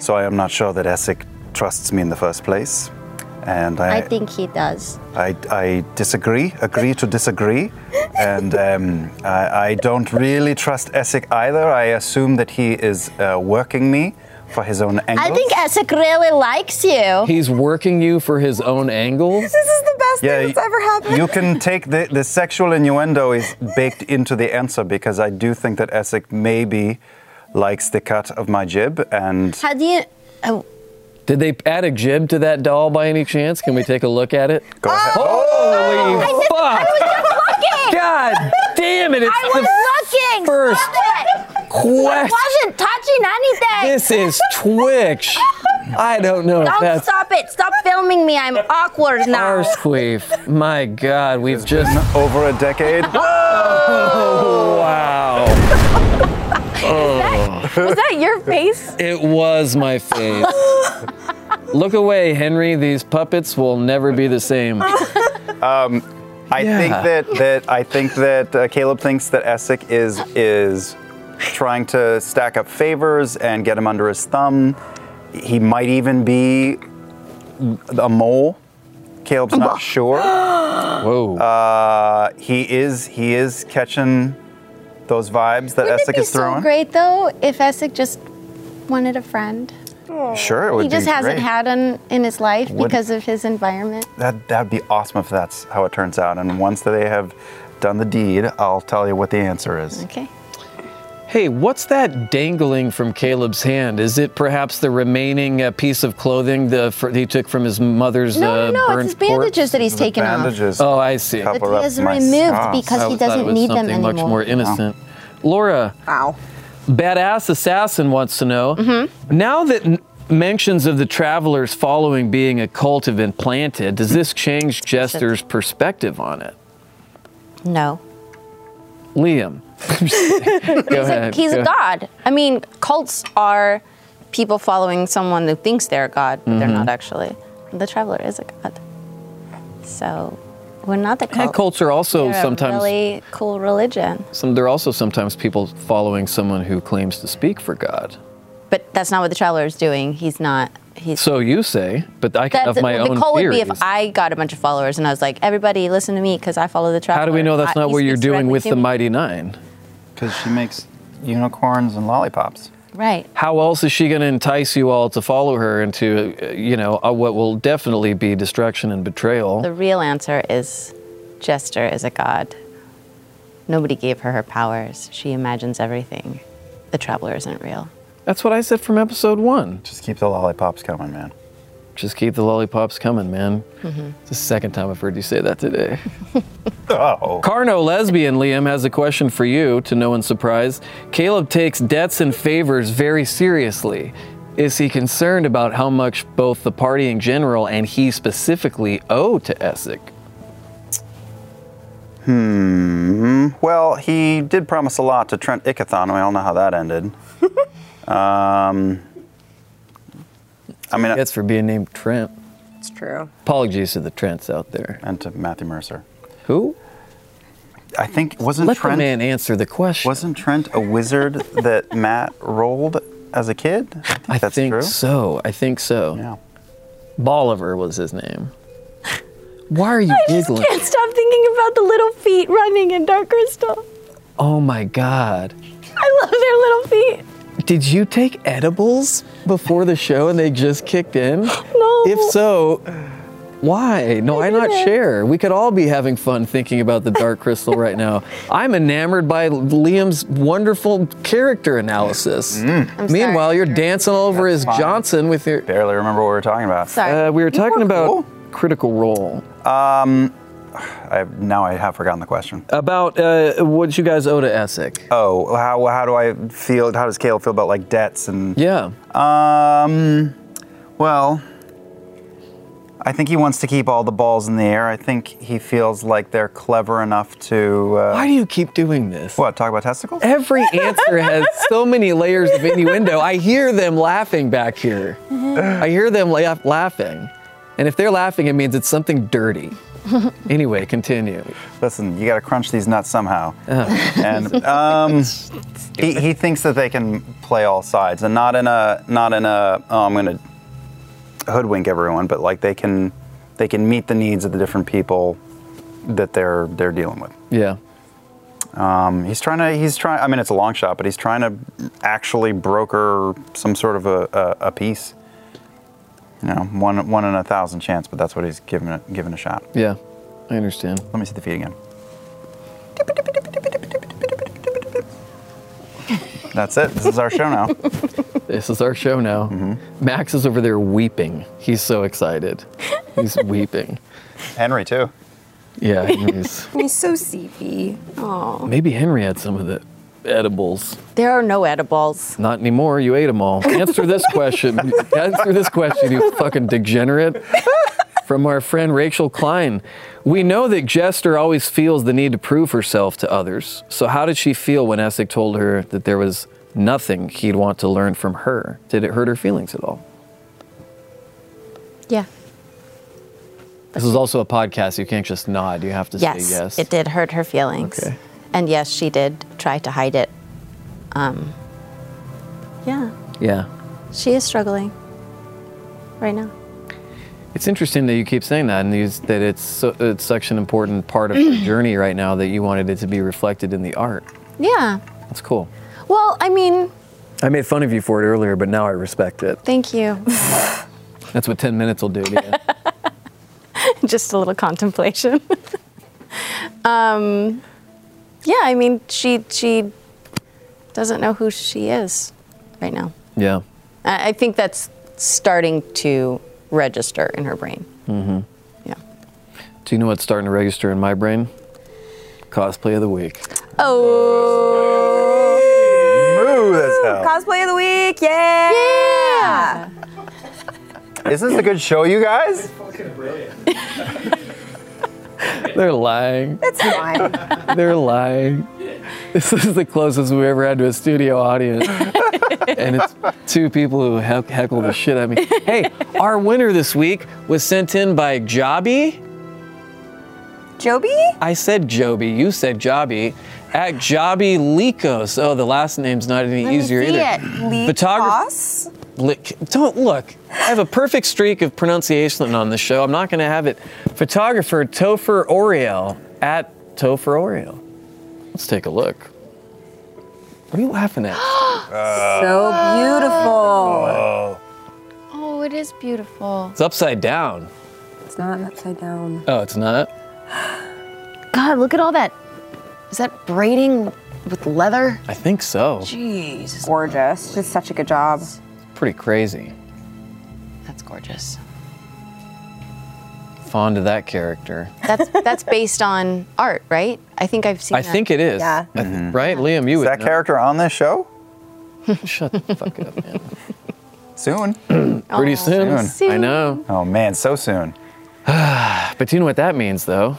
[SPEAKER 7] So I am not sure that Essex trusts me in the first place. And I,
[SPEAKER 9] I think he does.
[SPEAKER 7] I, I disagree, agree to disagree. And um, I, I don't really trust Essex either. I assume that he is uh, working me for his own angles.
[SPEAKER 9] I think Essex really likes you.
[SPEAKER 2] He's working you for his own angles.
[SPEAKER 3] this is the best
[SPEAKER 7] Yeah,
[SPEAKER 3] thing that's
[SPEAKER 7] y-
[SPEAKER 3] ever happened.
[SPEAKER 7] You can take the, the sexual innuendo is baked into the answer because I do think that Essex maybe likes the cut of my jib and
[SPEAKER 9] How do you. Oh,
[SPEAKER 2] Did they add a jib to that doll by any chance? Can we take a look at it? Go ahead.
[SPEAKER 1] Oh,
[SPEAKER 2] Holy
[SPEAKER 1] I just-
[SPEAKER 2] fuck!
[SPEAKER 1] Looking!
[SPEAKER 2] God damn it! It's
[SPEAKER 1] I was
[SPEAKER 2] the
[SPEAKER 1] looking!
[SPEAKER 2] first
[SPEAKER 1] Stop it! I
[SPEAKER 2] quest.
[SPEAKER 1] wasn't touching anything!
[SPEAKER 2] This is Twitch. I don't know if
[SPEAKER 1] Don't
[SPEAKER 2] that's
[SPEAKER 1] Oh, stop it! Stop filming me! I'm awkward now.
[SPEAKER 2] Arsqueef. My God, we've just
[SPEAKER 4] over a decade.
[SPEAKER 2] Oh wow! Oh.
[SPEAKER 10] Was that your face?
[SPEAKER 2] It was my face. Look away, Henry. These puppets will never be the same.
[SPEAKER 4] Um, I think that that I think that uh, Caleb thinks that Essex is is trying to stack up favors and get him under his thumb. He might even be a mole. Caleb's not sure.
[SPEAKER 2] Whoa.
[SPEAKER 4] Uh, he is he is catching those vibes that Essex is
[SPEAKER 1] so
[SPEAKER 4] throwing.
[SPEAKER 1] great though if Essek just wanted a friend.
[SPEAKER 4] Sure, it would
[SPEAKER 1] he just
[SPEAKER 4] be
[SPEAKER 1] hasn't
[SPEAKER 4] great.
[SPEAKER 1] had one in his life
[SPEAKER 4] Wouldn't-
[SPEAKER 1] because of his environment.
[SPEAKER 4] That that'd be awesome if that's how it turns out. And once they have done the deed, I'll tell you what the answer is.
[SPEAKER 1] Okay.
[SPEAKER 2] Hey, what's that dangling from Caleb's hand? Is it perhaps the remaining uh, piece of clothing the, fr- he took from his mother's
[SPEAKER 1] No, no, no,
[SPEAKER 2] uh,
[SPEAKER 1] it's
[SPEAKER 2] burnt
[SPEAKER 1] his bandages that he's
[SPEAKER 2] corpse?
[SPEAKER 1] taken off. Bandages
[SPEAKER 2] Oh, I see.
[SPEAKER 1] That he has removed because
[SPEAKER 2] I
[SPEAKER 1] he
[SPEAKER 2] thought it
[SPEAKER 1] doesn't
[SPEAKER 2] was
[SPEAKER 1] need them
[SPEAKER 2] something
[SPEAKER 1] anymore.
[SPEAKER 2] much more innocent. Laura. Wow. Badass assassin wants to know.
[SPEAKER 3] Mm-hmm.
[SPEAKER 2] Now that n- mentions of the traveler's following being a cult have been planted, does this change Jester's perspective on it?
[SPEAKER 3] No.
[SPEAKER 2] Liam. Go
[SPEAKER 3] he's
[SPEAKER 2] ahead,
[SPEAKER 3] a, he's
[SPEAKER 2] go
[SPEAKER 3] a
[SPEAKER 2] ahead.
[SPEAKER 3] god. I mean, cults are people following someone who thinks they're a god, but they're
[SPEAKER 2] Mhm.
[SPEAKER 3] not actually. The traveler is a god. So we're not a cult.
[SPEAKER 2] And cults are also
[SPEAKER 3] They're
[SPEAKER 2] sometimes
[SPEAKER 3] a really cool religion.
[SPEAKER 2] some there are also sometimes people following someone who claims to speak for God.
[SPEAKER 3] But that's not what the traveler is doing. He's not. He's
[SPEAKER 2] So you say, but I can
[SPEAKER 3] That's-
[SPEAKER 2] have my
[SPEAKER 3] the
[SPEAKER 2] own
[SPEAKER 3] cult would
[SPEAKER 2] theories.
[SPEAKER 3] be if I got a bunch of followers and I was like, everybody, listen to me because I follow the traveler.
[SPEAKER 2] How do we know that's
[SPEAKER 3] I-
[SPEAKER 2] not
[SPEAKER 3] he
[SPEAKER 2] what you're
[SPEAKER 3] speaks
[SPEAKER 2] doing
[SPEAKER 3] directly
[SPEAKER 2] with
[SPEAKER 3] to
[SPEAKER 2] the
[SPEAKER 3] me.
[SPEAKER 2] Mighty Nine?
[SPEAKER 4] Because she makes unicorns and lollipops.
[SPEAKER 3] Right.
[SPEAKER 2] How else is she going to entice you all to follow her into, uh, you know, uh, what will definitely be destruction and betrayal?
[SPEAKER 3] The real answer is Jester is a god. Nobody gave her her powers. She imagines everything. The traveler isn't real.
[SPEAKER 2] That's what I said from episode one.
[SPEAKER 4] Just keep the lollipops coming, man.
[SPEAKER 2] Just keep the lollipops coming, man.
[SPEAKER 3] Mhm.
[SPEAKER 2] It's the second time I've heard you say that today.
[SPEAKER 4] oh.
[SPEAKER 2] Carno lesbian Liam has a question for you, to no one's surprise. Caleb takes debts and favors very seriously. Is he concerned about how much both the party in general and he specifically owe to Essex?
[SPEAKER 4] Hmm. Well, he did promise a lot to Trent Ickathon. We all know how that ended. um, I mean,
[SPEAKER 2] that's for being named Trent.
[SPEAKER 4] It's true.
[SPEAKER 2] Apologies to the Trents out there.
[SPEAKER 4] And to Matthew Mercer.
[SPEAKER 2] Who?
[SPEAKER 4] I think wasn't
[SPEAKER 2] Let the
[SPEAKER 4] Trent
[SPEAKER 2] man answer the question.
[SPEAKER 4] Wasn't Trent a wizard that Matt rolled as a kid? I think that's true.
[SPEAKER 2] So, I think so. Yeah. Bolivar was his name. Why are you
[SPEAKER 3] I just
[SPEAKER 2] giggling?
[SPEAKER 3] can't stop thinking about the little feet running in Dark Crystal.
[SPEAKER 2] Oh my god.
[SPEAKER 3] I love their little feet.
[SPEAKER 2] Did you take edibles before the show and they just kicked in? No. If so, why? No, why not share? We could all be having fun thinking about the Dark Crystal right now. I'm enamored by Liam's wonderful character analysis. Meanwhile, you're dancing all over his
[SPEAKER 4] fine.
[SPEAKER 2] Johnson with your.
[SPEAKER 4] Barely remember what we were talking about.
[SPEAKER 2] Uh, we were talking about Critical Role.
[SPEAKER 4] Um, I, now I have forgotten the question.
[SPEAKER 2] About uh, what you guys owe to Essex.
[SPEAKER 4] Oh, how, how do I feel? How does Caleb feel about like debts and?
[SPEAKER 2] Yeah.
[SPEAKER 4] Um, well, I think he wants to keep all the balls in the air. I think he feels like they're clever enough to. Uh, Why
[SPEAKER 2] do you keep doing this?
[SPEAKER 4] What talk about testicles?
[SPEAKER 2] Every answer has so many layers of innuendo. I hear them laughing back here.
[SPEAKER 4] Mhm.
[SPEAKER 2] I hear them la- laughing. And if they're laughing, it means it's something dirty. Anyway, continue.
[SPEAKER 4] Listen, you got to crunch these nuts somehow. and um, he, he thinks that they can play all sides, and not in a not in a oh, I'm gonna hoodwink everyone, but like they can they can meet the needs of the different people that they're they're dealing with.
[SPEAKER 2] Yeah.
[SPEAKER 4] Um, he's trying to he's trying. I mean, it's a long shot, but he's trying to actually broker some sort of a, a, a piece. You know, one one in a thousand chance, but that's what he's given it given a shot.
[SPEAKER 2] Yeah, I understand.
[SPEAKER 4] Let me see the feet again. That's it. This is our show now.
[SPEAKER 2] This is our show now.
[SPEAKER 3] Mm-hmm.
[SPEAKER 2] Max is over there weeping. He's so excited. He's weeping.
[SPEAKER 7] Henry too.
[SPEAKER 2] Yeah, he's,
[SPEAKER 3] He's so seepy.
[SPEAKER 4] Oh.
[SPEAKER 2] maybe Henry had some of the edibles.
[SPEAKER 4] There are no edibles.
[SPEAKER 2] Not anymore. You ate them all. Answer this question. Answer this question, you fucking degenerate. From our friend Rachel Klein. We know that Jester always feels the need to prove herself to others. So, how did she feel when Essex told her that there was nothing he'd want to learn from her? Did it hurt her feelings at all?
[SPEAKER 4] Yeah.
[SPEAKER 2] This is also a podcast. You can't just nod. You have to
[SPEAKER 4] Yes,
[SPEAKER 2] say yes.
[SPEAKER 4] it did hurt her feelings.
[SPEAKER 2] Okay.
[SPEAKER 4] And yes, she did try to hide it. Um, yeah,
[SPEAKER 2] Yeah.
[SPEAKER 4] she is struggling right now.
[SPEAKER 2] It's interesting that you keep saying that, and you, that it's so, it's such an important part of your journey right now that you wanted it to be reflected in the art.
[SPEAKER 4] Yeah.
[SPEAKER 2] That's cool.
[SPEAKER 4] Well, I mean,
[SPEAKER 2] I made fun of you for it earlier, but now I respect it.
[SPEAKER 4] thank you.
[SPEAKER 2] That's what 10 minutes will do. to you.
[SPEAKER 4] Just a little contemplation. um, yeah, I mean, she she doesn't know who she is right now.
[SPEAKER 2] yeah.
[SPEAKER 4] I, I think that's starting to register in her brain.
[SPEAKER 2] hmm
[SPEAKER 4] Yeah.
[SPEAKER 2] Do you know what's starting to register in my brain? Cosplay of the week.
[SPEAKER 4] Oh.
[SPEAKER 7] Moo as hell.
[SPEAKER 3] Cosplay of the week, yeah! Yeah!
[SPEAKER 7] Is this a good show, you guys?
[SPEAKER 2] They're lying.
[SPEAKER 3] That's fine.
[SPEAKER 2] They're lying. This is the closest we've ever had to a studio audience. and it's two people who heck- heckle the shit out of me. Hey, our winner this week was sent in by Jobby.
[SPEAKER 3] Joby?
[SPEAKER 2] I said Joby, you said Jobby. At Jobby Likos. Oh, the last name's not any easier
[SPEAKER 9] see
[SPEAKER 2] either.
[SPEAKER 9] it.
[SPEAKER 3] Photography.
[SPEAKER 2] Lick. Don't look. I have a perfect streak of pronunciation on the show. I'm not going to have it. Photographer Topher Oriel at Topher Oriel. Let's take a look. What are you laughing at?
[SPEAKER 3] So beautiful.
[SPEAKER 7] Oh.
[SPEAKER 6] Oh, it is beautiful.
[SPEAKER 2] It's upside down.
[SPEAKER 3] It's not upside down.
[SPEAKER 2] Oh, it's not?
[SPEAKER 6] God, look at all that. Is that braiding with leather?
[SPEAKER 2] I think so.
[SPEAKER 6] Jeez.
[SPEAKER 3] Gorgeous. She did such a good job.
[SPEAKER 2] Pretty crazy.
[SPEAKER 6] That's gorgeous.
[SPEAKER 2] Fond of that character.
[SPEAKER 4] That's that's based on art, right? I think I've seen.
[SPEAKER 2] I
[SPEAKER 4] that.
[SPEAKER 2] think it is.
[SPEAKER 3] Yeah.
[SPEAKER 2] I th- Right, Liam? You
[SPEAKER 7] Is
[SPEAKER 2] would
[SPEAKER 7] that
[SPEAKER 2] know.
[SPEAKER 7] character on this show?
[SPEAKER 2] Shut the fuck up, man.
[SPEAKER 7] Soon.
[SPEAKER 2] Pretty soon.
[SPEAKER 4] soon.
[SPEAKER 2] I know.
[SPEAKER 7] Oh man, so soon.
[SPEAKER 2] But do you know what that means, though?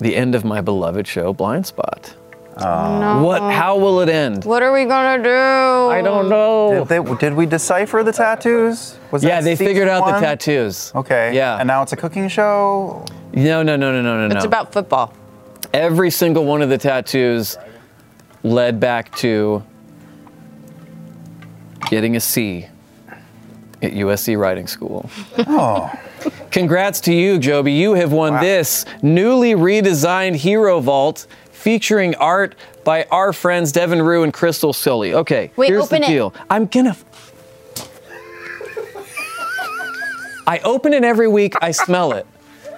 [SPEAKER 2] The end of my beloved show, Blind Spot. What? How will it end?
[SPEAKER 4] What are we gonna do?
[SPEAKER 2] I don't know.
[SPEAKER 7] Did, they- did we decipher the tattoos? Was
[SPEAKER 2] yeah,
[SPEAKER 7] that
[SPEAKER 2] they
[SPEAKER 7] season
[SPEAKER 2] figured out the
[SPEAKER 7] one?
[SPEAKER 2] tattoos.
[SPEAKER 7] Okay.
[SPEAKER 2] Yeah.
[SPEAKER 7] And now it's a cooking show.
[SPEAKER 2] no, no, no, no, no, no.
[SPEAKER 4] It's
[SPEAKER 2] no.
[SPEAKER 4] about football.
[SPEAKER 2] every single one of the tattoos led back to getting a C at USC Writing School.
[SPEAKER 7] Oh.
[SPEAKER 2] Congrats to you, Joby. You have won
[SPEAKER 7] Wow.
[SPEAKER 2] this newly redesigned Hero Vault featuring art by our friends Devin Rue and Crystal Sully. Okay,
[SPEAKER 6] Wait,
[SPEAKER 2] here's
[SPEAKER 6] open
[SPEAKER 2] the
[SPEAKER 6] it.
[SPEAKER 2] deal. I'm gonna. I open it every week. I smell it.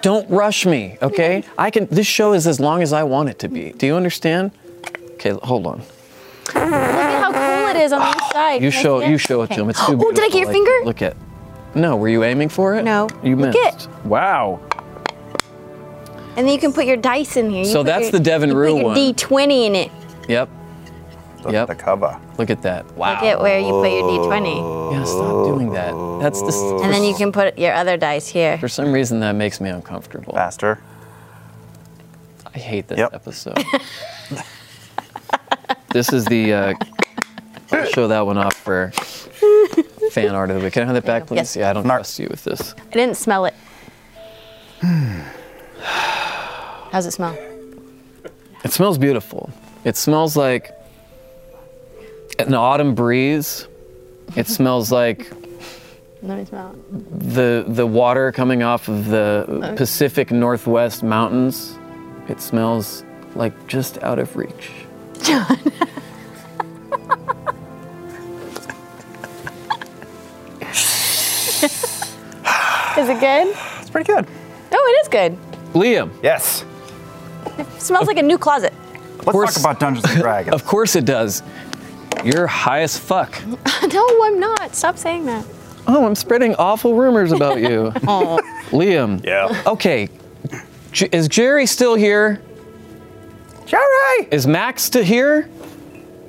[SPEAKER 2] Don't rush me, okay? I can. This show is as long as I want it to be. Do you understand? Okay, hold on.
[SPEAKER 9] Look at how cool it is on the inside.
[SPEAKER 2] You
[SPEAKER 9] Can I
[SPEAKER 2] show.
[SPEAKER 9] see it?
[SPEAKER 2] You show it to him. It's too
[SPEAKER 9] Oh,
[SPEAKER 2] beautiful.
[SPEAKER 9] did I get your
[SPEAKER 2] like-
[SPEAKER 9] finger?
[SPEAKER 2] Look at. No, were you aiming for it?
[SPEAKER 4] No.
[SPEAKER 2] You
[SPEAKER 9] Look
[SPEAKER 2] missed.
[SPEAKER 9] it.
[SPEAKER 2] Wow.
[SPEAKER 9] And then you can put your dice in here. You
[SPEAKER 2] So
[SPEAKER 9] put
[SPEAKER 2] that's
[SPEAKER 9] your-
[SPEAKER 2] the Devin
[SPEAKER 9] you
[SPEAKER 2] Rue
[SPEAKER 9] put your
[SPEAKER 2] one.
[SPEAKER 9] D20 in it.
[SPEAKER 2] Yep.
[SPEAKER 7] Look
[SPEAKER 2] Yep.
[SPEAKER 7] at the cover.
[SPEAKER 2] Look at that. Wow.
[SPEAKER 9] Look at where you put your D20.
[SPEAKER 2] Yeah, stop doing that. That's this.
[SPEAKER 9] And then you can put your other dice here.
[SPEAKER 2] For some reason, that makes me uncomfortable.
[SPEAKER 7] Faster.
[SPEAKER 2] I hate this
[SPEAKER 7] Yep.
[SPEAKER 2] episode. this is the. Uh, I'll show that one off for fan art of the week. Can I have that back, please?
[SPEAKER 4] Yes.
[SPEAKER 2] Yeah, I don't
[SPEAKER 7] Narc.
[SPEAKER 2] trust you with this.
[SPEAKER 4] I didn't smell it. How's it smell?
[SPEAKER 2] It smells beautiful. It smells like an autumn breeze. It smells like
[SPEAKER 4] Let me smell it.
[SPEAKER 2] the the water coming off of the Pacific Northwest mountains. It smells like just out of reach.
[SPEAKER 4] Is it good?
[SPEAKER 7] It's pretty good.
[SPEAKER 4] Oh, it is good.
[SPEAKER 2] Liam,
[SPEAKER 7] Yes.
[SPEAKER 4] It smells like a new closet.
[SPEAKER 7] Let's
[SPEAKER 2] course-
[SPEAKER 7] talk about Dungeons and Dragons.
[SPEAKER 2] of course it does. You're high as fuck.
[SPEAKER 1] no, I'm not. Stop saying that.
[SPEAKER 2] Oh, I'm spreading awful rumors about you.
[SPEAKER 1] Aw.
[SPEAKER 2] Liam. Yeah. Okay. J- is Jerry still here? Jerry! Is Max still here?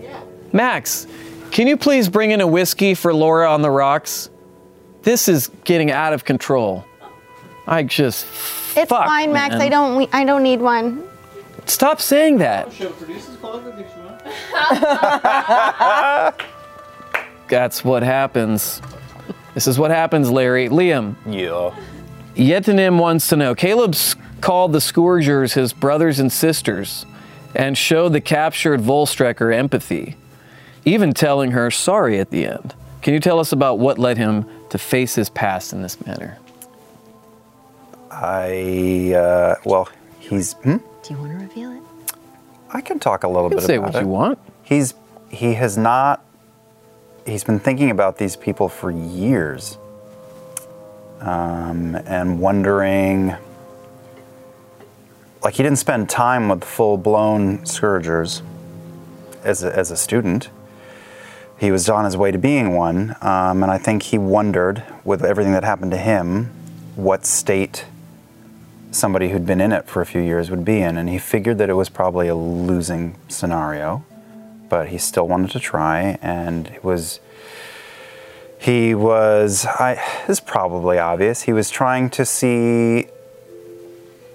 [SPEAKER 2] Yeah. Max, can you please bring in a whiskey for Laura on the rocks? This is getting out of control. I just.
[SPEAKER 11] It's fine, Max.
[SPEAKER 2] man.
[SPEAKER 11] I don't. We, I don't need one.
[SPEAKER 2] Stop saying that. That's what happens. This is what happens, Larry. Liam. Yeah. Yetinim wants to know. Caleb's called the Scourgers his brothers and sisters and showed the captured Volstrecker empathy, even telling her sorry at the end. Can you tell us about what led him to face his past in this manner?
[SPEAKER 4] I uh, well, he's. Hmm?
[SPEAKER 1] Do you want to reveal it?
[SPEAKER 4] I can talk a little
[SPEAKER 2] You can
[SPEAKER 4] bit
[SPEAKER 2] say
[SPEAKER 4] about
[SPEAKER 2] what
[SPEAKER 4] it.
[SPEAKER 2] you want.
[SPEAKER 4] He's he has not. He's been thinking about these people for years, um, and wondering. Like he didn't spend time with full-blown scourgers as a, as a student. He was on his way to being one, um, and I think he wondered, with everything that happened to him, what state somebody who'd been in it for a few years would be in, and he figured that it was probably a losing scenario, but he still wanted to try, and it was. He was. I. This is probably obvious. He was trying to see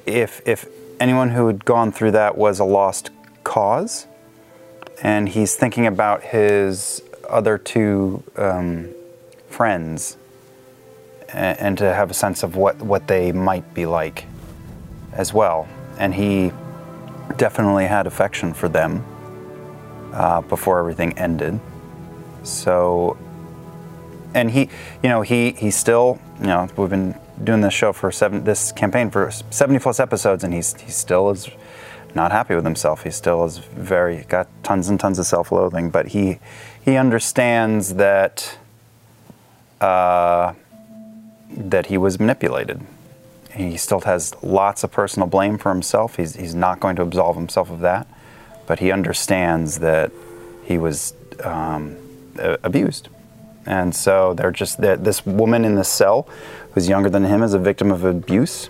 [SPEAKER 4] if if anyone who had gone through that was a lost cause, and he's thinking about his other two um, friends, and, and to have a sense of what what they might be like as well. And he definitely had affection for them uh, before everything ended. So, and he, you know, he he still, you know, we've been doing this show for seven, this campaign for seventy plus episodes, and he's he still is not happy with himself. He still is very got tons and tons of self-loathing, but he he understands that. Uh, that he was manipulated. He still has lots of personal blame for himself. He's, he's not going to absolve himself of that, but he understands that he was um, a- abused. And so they're just that this woman in the cell who's younger than him is a victim of abuse.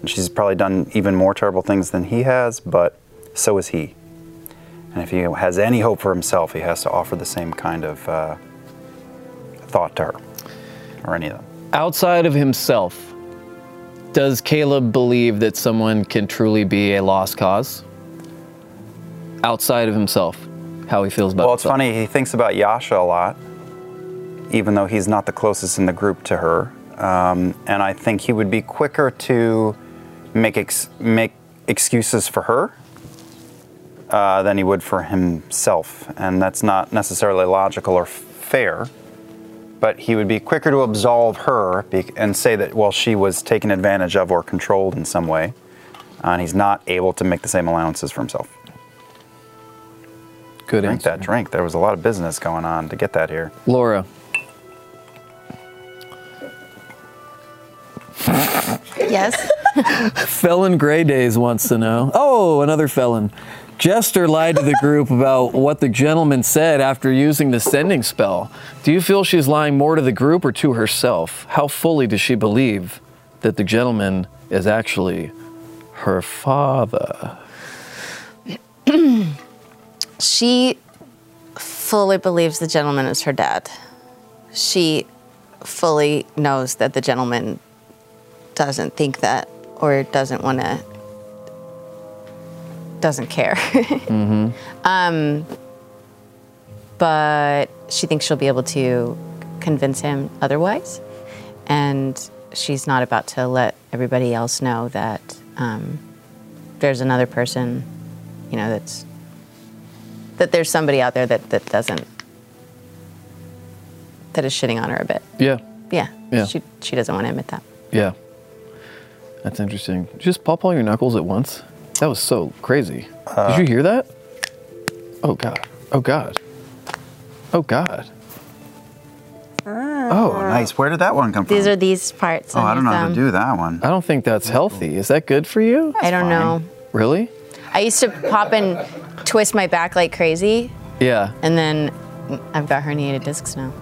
[SPEAKER 4] And she's probably done even more terrible things than he has, but so is he. And if he has any hope for himself, he has to offer the same kind of uh, thought to her or any of them.
[SPEAKER 2] Outside of himself, does Caleb believe that someone can truly be a lost cause? Outside of himself, how he feels about
[SPEAKER 4] Well, it's
[SPEAKER 2] himself.
[SPEAKER 4] funny. He thinks about Yasha a lot, even though he's not the closest in the group to her. Um, and I think he would be quicker to make ex- make excuses for her uh, than he would for himself, and that's not necessarily logical or f- fair. But he would be quicker to absolve her be- and say that well she was taken advantage of or controlled in some way, and he's not able to make the same allowances for himself.
[SPEAKER 2] Good
[SPEAKER 4] drink that drink. There was a lot of business going on to get that here.
[SPEAKER 2] Laura.
[SPEAKER 11] Yes.
[SPEAKER 2] felon Gray Days wants to know. Oh, another felon. Jester lied to the group about what the gentleman said after using the sending spell. Do you feel she's lying more to the group or to herself? How fully does she believe that the gentleman is actually her father?
[SPEAKER 1] she fully believes the gentleman is her dad. She fully knows that the gentleman doesn't think that or doesn't want to, doesn't care.
[SPEAKER 12] Mm-hmm.
[SPEAKER 1] um, but she thinks she'll be able to convince him otherwise. And she's not about to let everybody else know that um, there's another person, you know, that's that there's somebody out there that, that doesn't that is shitting on her a bit.
[SPEAKER 2] Yeah,
[SPEAKER 1] Yeah.
[SPEAKER 2] Yeah.
[SPEAKER 1] She she doesn't want to admit that.
[SPEAKER 2] yeah. That's interesting. Did you Just pop all your knuckles at once? That was so crazy. Did you hear that? Oh, God. Oh, God. Oh, God.
[SPEAKER 4] Oh, nice. Where did that one come
[SPEAKER 1] These are these parts.
[SPEAKER 7] Oh,
[SPEAKER 1] on his thumb.
[SPEAKER 4] that one.
[SPEAKER 2] I don't think that's healthy. Is that good for you?
[SPEAKER 1] I don't know.
[SPEAKER 2] Really?
[SPEAKER 1] I used to pop and twist my back like crazy,
[SPEAKER 2] Yeah.
[SPEAKER 1] and then
[SPEAKER 4] I've got herniated discs now.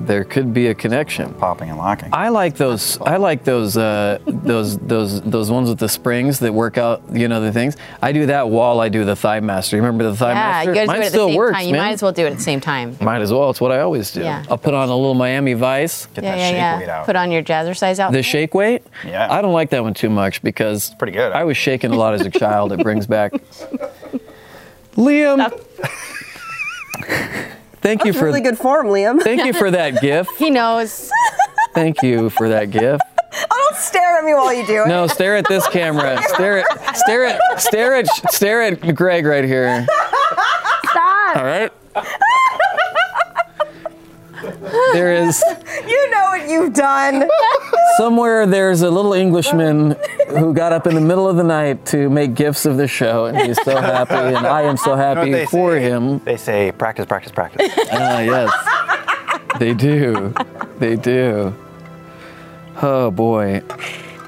[SPEAKER 2] There could be a connection.
[SPEAKER 7] Popping and locking.
[SPEAKER 2] I like those. I like those. Uh, those those those ones with the springs that work out. You know the things. I do that while I do the thigh master. You remember the thigh
[SPEAKER 4] yeah,
[SPEAKER 2] master?
[SPEAKER 4] you gotta
[SPEAKER 2] Mine
[SPEAKER 4] do it at the
[SPEAKER 2] still
[SPEAKER 4] same
[SPEAKER 2] works,
[SPEAKER 4] time. You
[SPEAKER 2] man.
[SPEAKER 4] might as well do it at the same time.
[SPEAKER 2] Might as well. It's what I always do.
[SPEAKER 4] Yeah.
[SPEAKER 2] I'll put on a little Miami Vice. Get
[SPEAKER 4] yeah, yeah, yeah. Put on your jazzercise outfit.
[SPEAKER 2] The shake weight? Yeah. I don't like that one too much because it's pretty good. I was shaking a lot as a child. It brings back. Liam. Thank you
[SPEAKER 3] That's
[SPEAKER 2] for
[SPEAKER 3] really good form, Liam.
[SPEAKER 2] Thank you for that gift.
[SPEAKER 4] He knows.
[SPEAKER 2] Thank you for that gift.
[SPEAKER 3] Oh, don't stare at me while you do it.
[SPEAKER 2] No, stare at this camera. Stare at stare at stare at stare at Greg right here.
[SPEAKER 9] Stop.
[SPEAKER 2] All right. There is
[SPEAKER 3] You know what you've done.
[SPEAKER 2] somewhere there's a little Englishman who got up in the middle of the night to make gifts of the show, and he's so happy, and I am
[SPEAKER 7] You
[SPEAKER 2] so
[SPEAKER 7] know what
[SPEAKER 2] happy
[SPEAKER 7] they
[SPEAKER 2] for him.
[SPEAKER 7] They say practice, practice, practice.
[SPEAKER 2] Ah, yes. They do. They do. Oh boy.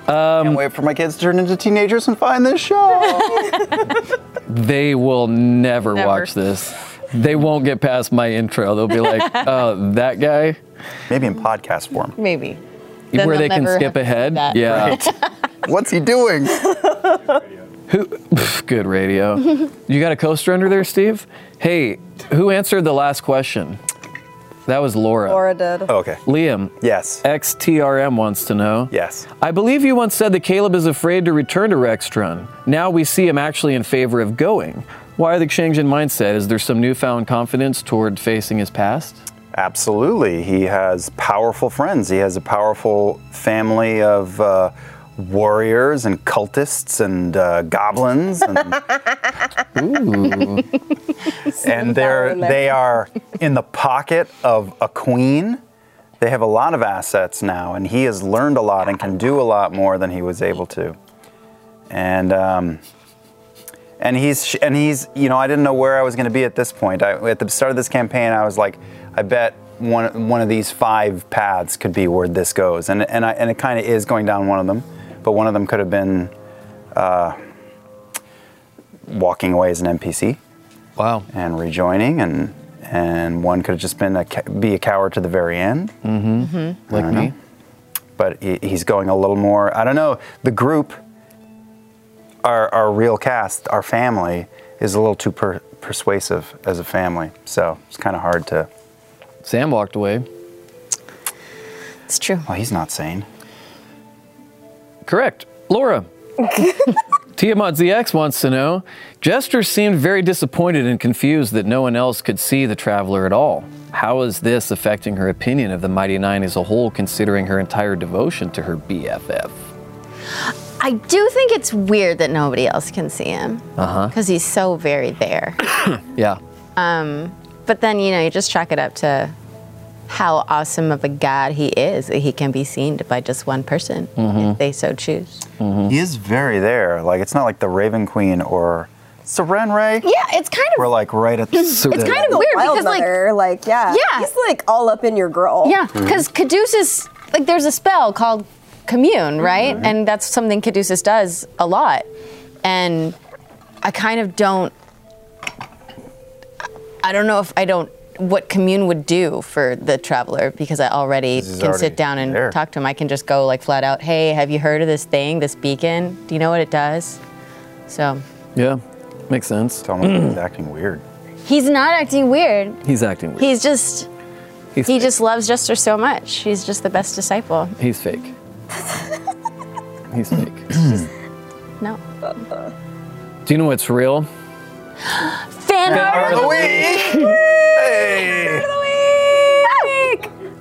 [SPEAKER 7] Can't wait for my kids to turn into teenagers and find this show.
[SPEAKER 2] They will never,
[SPEAKER 6] Never.
[SPEAKER 2] watch this. They won't get past my intro. They'll be like, "Oh, that guy,"
[SPEAKER 7] Maybe in podcast form.
[SPEAKER 4] Maybe.
[SPEAKER 2] where
[SPEAKER 4] they'll
[SPEAKER 2] they can
[SPEAKER 4] never have
[SPEAKER 2] skip
[SPEAKER 4] to see
[SPEAKER 2] ahead.
[SPEAKER 4] that.
[SPEAKER 2] Yeah.
[SPEAKER 7] What's he doing?
[SPEAKER 2] Who? Pff, good radio. you got a coaster under there, Steve? Hey, who answered the last question? That was Laura.
[SPEAKER 3] Laura did.
[SPEAKER 7] Oh, okay.
[SPEAKER 2] Liam,
[SPEAKER 7] Yes.
[SPEAKER 2] XTRM wants to know.
[SPEAKER 7] Yes.
[SPEAKER 2] I believe you once said that Caleb is afraid to return to Rextron. Now we see him actually in favor of going. Why the change in mindset? Is there some newfound confidence toward facing his past?
[SPEAKER 7] Absolutely. He has powerful friends. He has a powerful family of uh, warriors and cultists and uh, goblins. And, and they're,
[SPEAKER 3] in there.
[SPEAKER 7] they are in the pocket of a queen. They have a lot of assets now, and he has learned a lot and can do a lot more than he was able to. And um, and he's and he's you know I didn't know where I was going to be at this point. I, at the start of this campaign, I was like, I bet one one of these five paths could be where this goes, and and I, and it kind of is going down one of them, but one of them could have been uh, walking away as an NPC
[SPEAKER 2] Wow.
[SPEAKER 7] and rejoining, and and one could have just been a, ca- be a coward to the very end
[SPEAKER 2] Mm-hmm. Like me?
[SPEAKER 7] but he- he's going a little more. I don't know. The group, our our real cast, our family, is a little too per- persuasive as a family. So it's kind of hard to.
[SPEAKER 2] Sam walked away.
[SPEAKER 4] It's true.
[SPEAKER 7] Well, he's not sane.
[SPEAKER 2] Correct. Laura. Tiamat ZX wants to know Jester seemed very disappointed and confused that no one else could see the traveler at all. How is this affecting her opinion of the Mighty Nine as a whole, considering her entire devotion to her BFF?
[SPEAKER 4] I do think it's weird that nobody else can see him. Uh huh. Because he's so very there. Um,
[SPEAKER 2] Yeah.
[SPEAKER 4] But then, you know, you just chalk it up to how awesome of a god he is that he can be seen by just one person if they so choose.
[SPEAKER 7] He is very there. Like it's not like the Raven Queen or Seren Ray.
[SPEAKER 4] Yeah, it's kind of
[SPEAKER 7] We're like right at. It's
[SPEAKER 4] it's kind of weird
[SPEAKER 3] Wild
[SPEAKER 4] because like
[SPEAKER 3] mother, like, yeah,
[SPEAKER 4] Yeah.
[SPEAKER 3] he's like all up in your girl.
[SPEAKER 6] Yeah,
[SPEAKER 4] because
[SPEAKER 7] Mm-hmm.
[SPEAKER 4] Caduceus, like, there's a spell called commune, right?
[SPEAKER 7] Mm-hmm.
[SPEAKER 4] And that's something Caduceus does a lot. And I kind of don't. I don't know if I don't what commune would do for the traveler because I already
[SPEAKER 7] This is
[SPEAKER 4] can
[SPEAKER 7] already
[SPEAKER 4] sit down and
[SPEAKER 7] there.
[SPEAKER 4] talk to him. I can just go like flat out, hey, have you heard of this thing, this beacon? Do you know what it does? So
[SPEAKER 2] Yeah. Makes sense.
[SPEAKER 7] almost
[SPEAKER 4] Mm.
[SPEAKER 7] he's acting weird.
[SPEAKER 9] He's not acting weird.
[SPEAKER 2] He's acting weird.
[SPEAKER 4] he's just
[SPEAKER 2] He's
[SPEAKER 4] he
[SPEAKER 2] fake.
[SPEAKER 4] just loves Jester so much. He's just the best disciple.
[SPEAKER 2] He's fake. He's fake.
[SPEAKER 4] No.
[SPEAKER 2] Do you know what's real?
[SPEAKER 4] Fan art.
[SPEAKER 7] hey.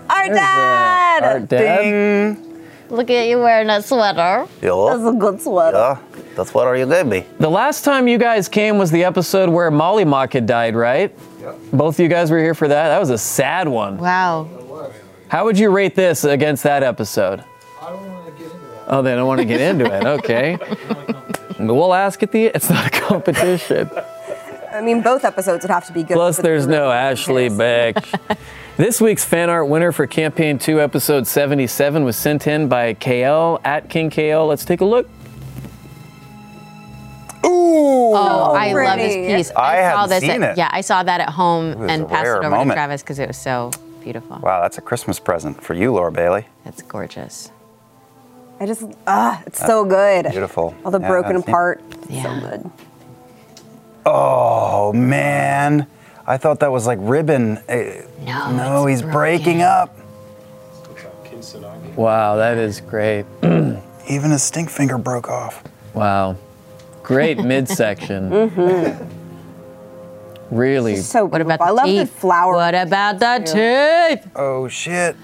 [SPEAKER 3] Our dad.
[SPEAKER 2] Our dad.
[SPEAKER 9] Look at you wearing a sweater.
[SPEAKER 3] That's a good sweater.
[SPEAKER 7] That's what are you gonna be?
[SPEAKER 2] The last time you guys came was the episode where Molly Mock had died, right? Yep. Both of you guys were here for that. That was a sad one.
[SPEAKER 4] Wow.
[SPEAKER 2] How would you rate this against that episode? Oh, I don't want to get into that. Oh, they don't want to get into it. Okay. we'll ask at the. e-, It's not a competition.
[SPEAKER 3] I mean, both episodes would have to be good.
[SPEAKER 2] Plus,
[SPEAKER 3] for the
[SPEAKER 2] there's
[SPEAKER 3] group.
[SPEAKER 2] no Ashley Beck. this week's fan art winner for Campaign 2, Episode 77 was sent in by KL at King KL. Let's take a look.
[SPEAKER 3] Ooh!
[SPEAKER 4] Oh, I love this
[SPEAKER 2] pretty.
[SPEAKER 4] piece.
[SPEAKER 3] I
[SPEAKER 4] saw
[SPEAKER 3] hadn't
[SPEAKER 4] this
[SPEAKER 3] seen
[SPEAKER 4] at,
[SPEAKER 3] it.
[SPEAKER 4] Yeah, I saw that at home
[SPEAKER 3] was
[SPEAKER 4] and
[SPEAKER 3] a
[SPEAKER 4] passed it
[SPEAKER 3] rare
[SPEAKER 4] over to
[SPEAKER 3] moment.
[SPEAKER 4] Travis because it was so beautiful.
[SPEAKER 3] Wow, Ah, that's a Christmas present for you, Laura Bailey.
[SPEAKER 4] That's gorgeous.
[SPEAKER 2] I just, ah, it's so good.
[SPEAKER 3] Beautiful.
[SPEAKER 2] All the
[SPEAKER 3] Yeah,
[SPEAKER 2] broken
[SPEAKER 3] that's neat.
[SPEAKER 2] apart. So good.
[SPEAKER 3] Oh man, I thought that was like ribbon. Eh,
[SPEAKER 4] No,
[SPEAKER 3] no,
[SPEAKER 4] Oh, it's
[SPEAKER 3] he's breaking
[SPEAKER 4] broken.
[SPEAKER 3] up.
[SPEAKER 1] Wow, that is great.
[SPEAKER 3] Even his stink finger broke off.
[SPEAKER 1] Wow. Great midsection. Really.
[SPEAKER 2] So
[SPEAKER 4] What about
[SPEAKER 2] beautiful. I
[SPEAKER 4] the
[SPEAKER 2] love
[SPEAKER 4] teeth?
[SPEAKER 2] the flower.
[SPEAKER 4] What about the teeth?
[SPEAKER 3] Oh shit.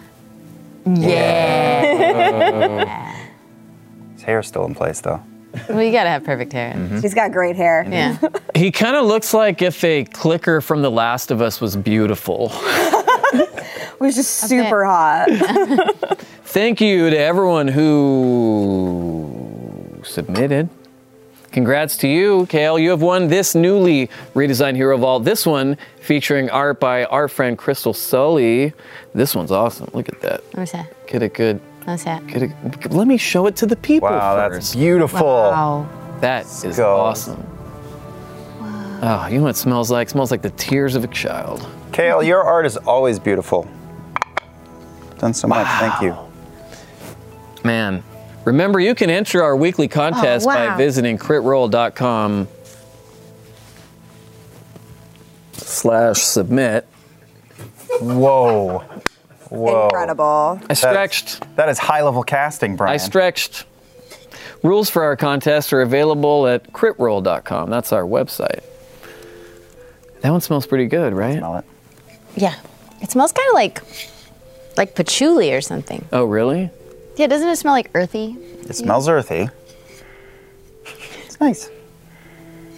[SPEAKER 4] Yeah.
[SPEAKER 3] His hair's still in place though. Hmm?
[SPEAKER 4] well, you gotta have perfect hair.
[SPEAKER 3] Mm-hmm.
[SPEAKER 2] He's got great hair.
[SPEAKER 4] Yeah.
[SPEAKER 1] He kind of looks like if a clicker from The Last of Us was beautiful.
[SPEAKER 2] It was just
[SPEAKER 4] bit.
[SPEAKER 2] super hot.
[SPEAKER 1] Thank you to everyone who submitted. Congrats to you, Kale. You have won this newly redesigned Hero Vault. This one featuring art by our friend Crystal Sully. This one's awesome. Look at that.
[SPEAKER 4] What's that?
[SPEAKER 1] Get a good.
[SPEAKER 4] What's that?
[SPEAKER 1] Get a, let me show it to the people
[SPEAKER 3] Wow, that's
[SPEAKER 1] first.
[SPEAKER 3] beautiful.
[SPEAKER 4] Wow.
[SPEAKER 1] That is
[SPEAKER 3] Skull.
[SPEAKER 1] awesome. Oh, you know what it smells like? It smells like the tears of a child.
[SPEAKER 3] Kale, your art is always beautiful. Done so much. Thank you.
[SPEAKER 1] Man, remember you can enter our weekly contest by
[SPEAKER 4] wow.
[SPEAKER 1] visiting critroll.com slash submit.
[SPEAKER 3] Whoa. Whoa.
[SPEAKER 2] Incredible.
[SPEAKER 1] I stretched.
[SPEAKER 3] That is high level casting, Brian.
[SPEAKER 1] I stretched. Rules for our contest are available at critroll.com. That's our website. That one smells pretty good, right?
[SPEAKER 3] Smell it.
[SPEAKER 4] Yeah. It smells kind of like like patchouli or something.
[SPEAKER 1] Oh, really?
[SPEAKER 13] Yeah, doesn't it smell like earthy?
[SPEAKER 3] It smells earthy. It's nice.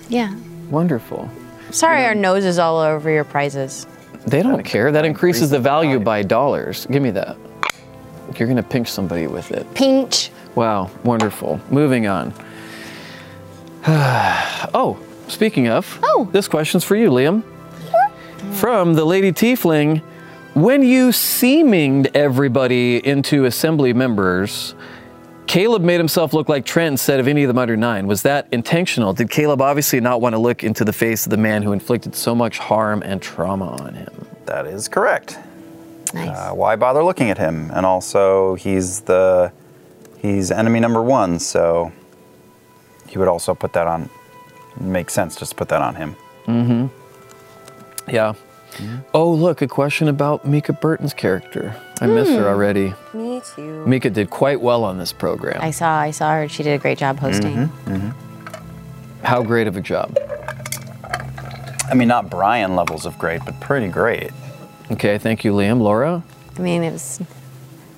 [SPEAKER 4] Yeah.
[SPEAKER 1] Wonderful.
[SPEAKER 4] Sorry, our nose is all over your prizes.
[SPEAKER 1] They don't care. That increases the value by dollars. Give me that. You're going to pinch somebody with it.
[SPEAKER 4] Pinch.
[SPEAKER 1] Wow, wonderful. Moving on. oh, speaking of,
[SPEAKER 4] Oh.
[SPEAKER 1] this question's for you, Liam. From the Lady Tiefling. When you seeminged everybody into assembly members, Caleb made himself look like Trent instead of any of the other nine. Was that intentional? Did Caleb obviously not want to look into the face of the man who inflicted so much harm and trauma on him?
[SPEAKER 3] That is correct.
[SPEAKER 4] Nice.
[SPEAKER 3] Uh, why bother looking at him? And also, he's the he's enemy number one, so he would also put that on. Make sense just to put that on him.
[SPEAKER 1] Yeah. Oh, look, a question about Mika Burton's character. I miss her already.
[SPEAKER 2] Me too.
[SPEAKER 1] Mika did quite well on this program.
[SPEAKER 4] I saw I saw her. She did a great job hosting.
[SPEAKER 3] Mm-hmm.
[SPEAKER 1] How great of a job.
[SPEAKER 3] I mean, not Brian levels of great, but pretty great.
[SPEAKER 1] Okay, thank you, Liam. Laura?
[SPEAKER 4] I mean, it was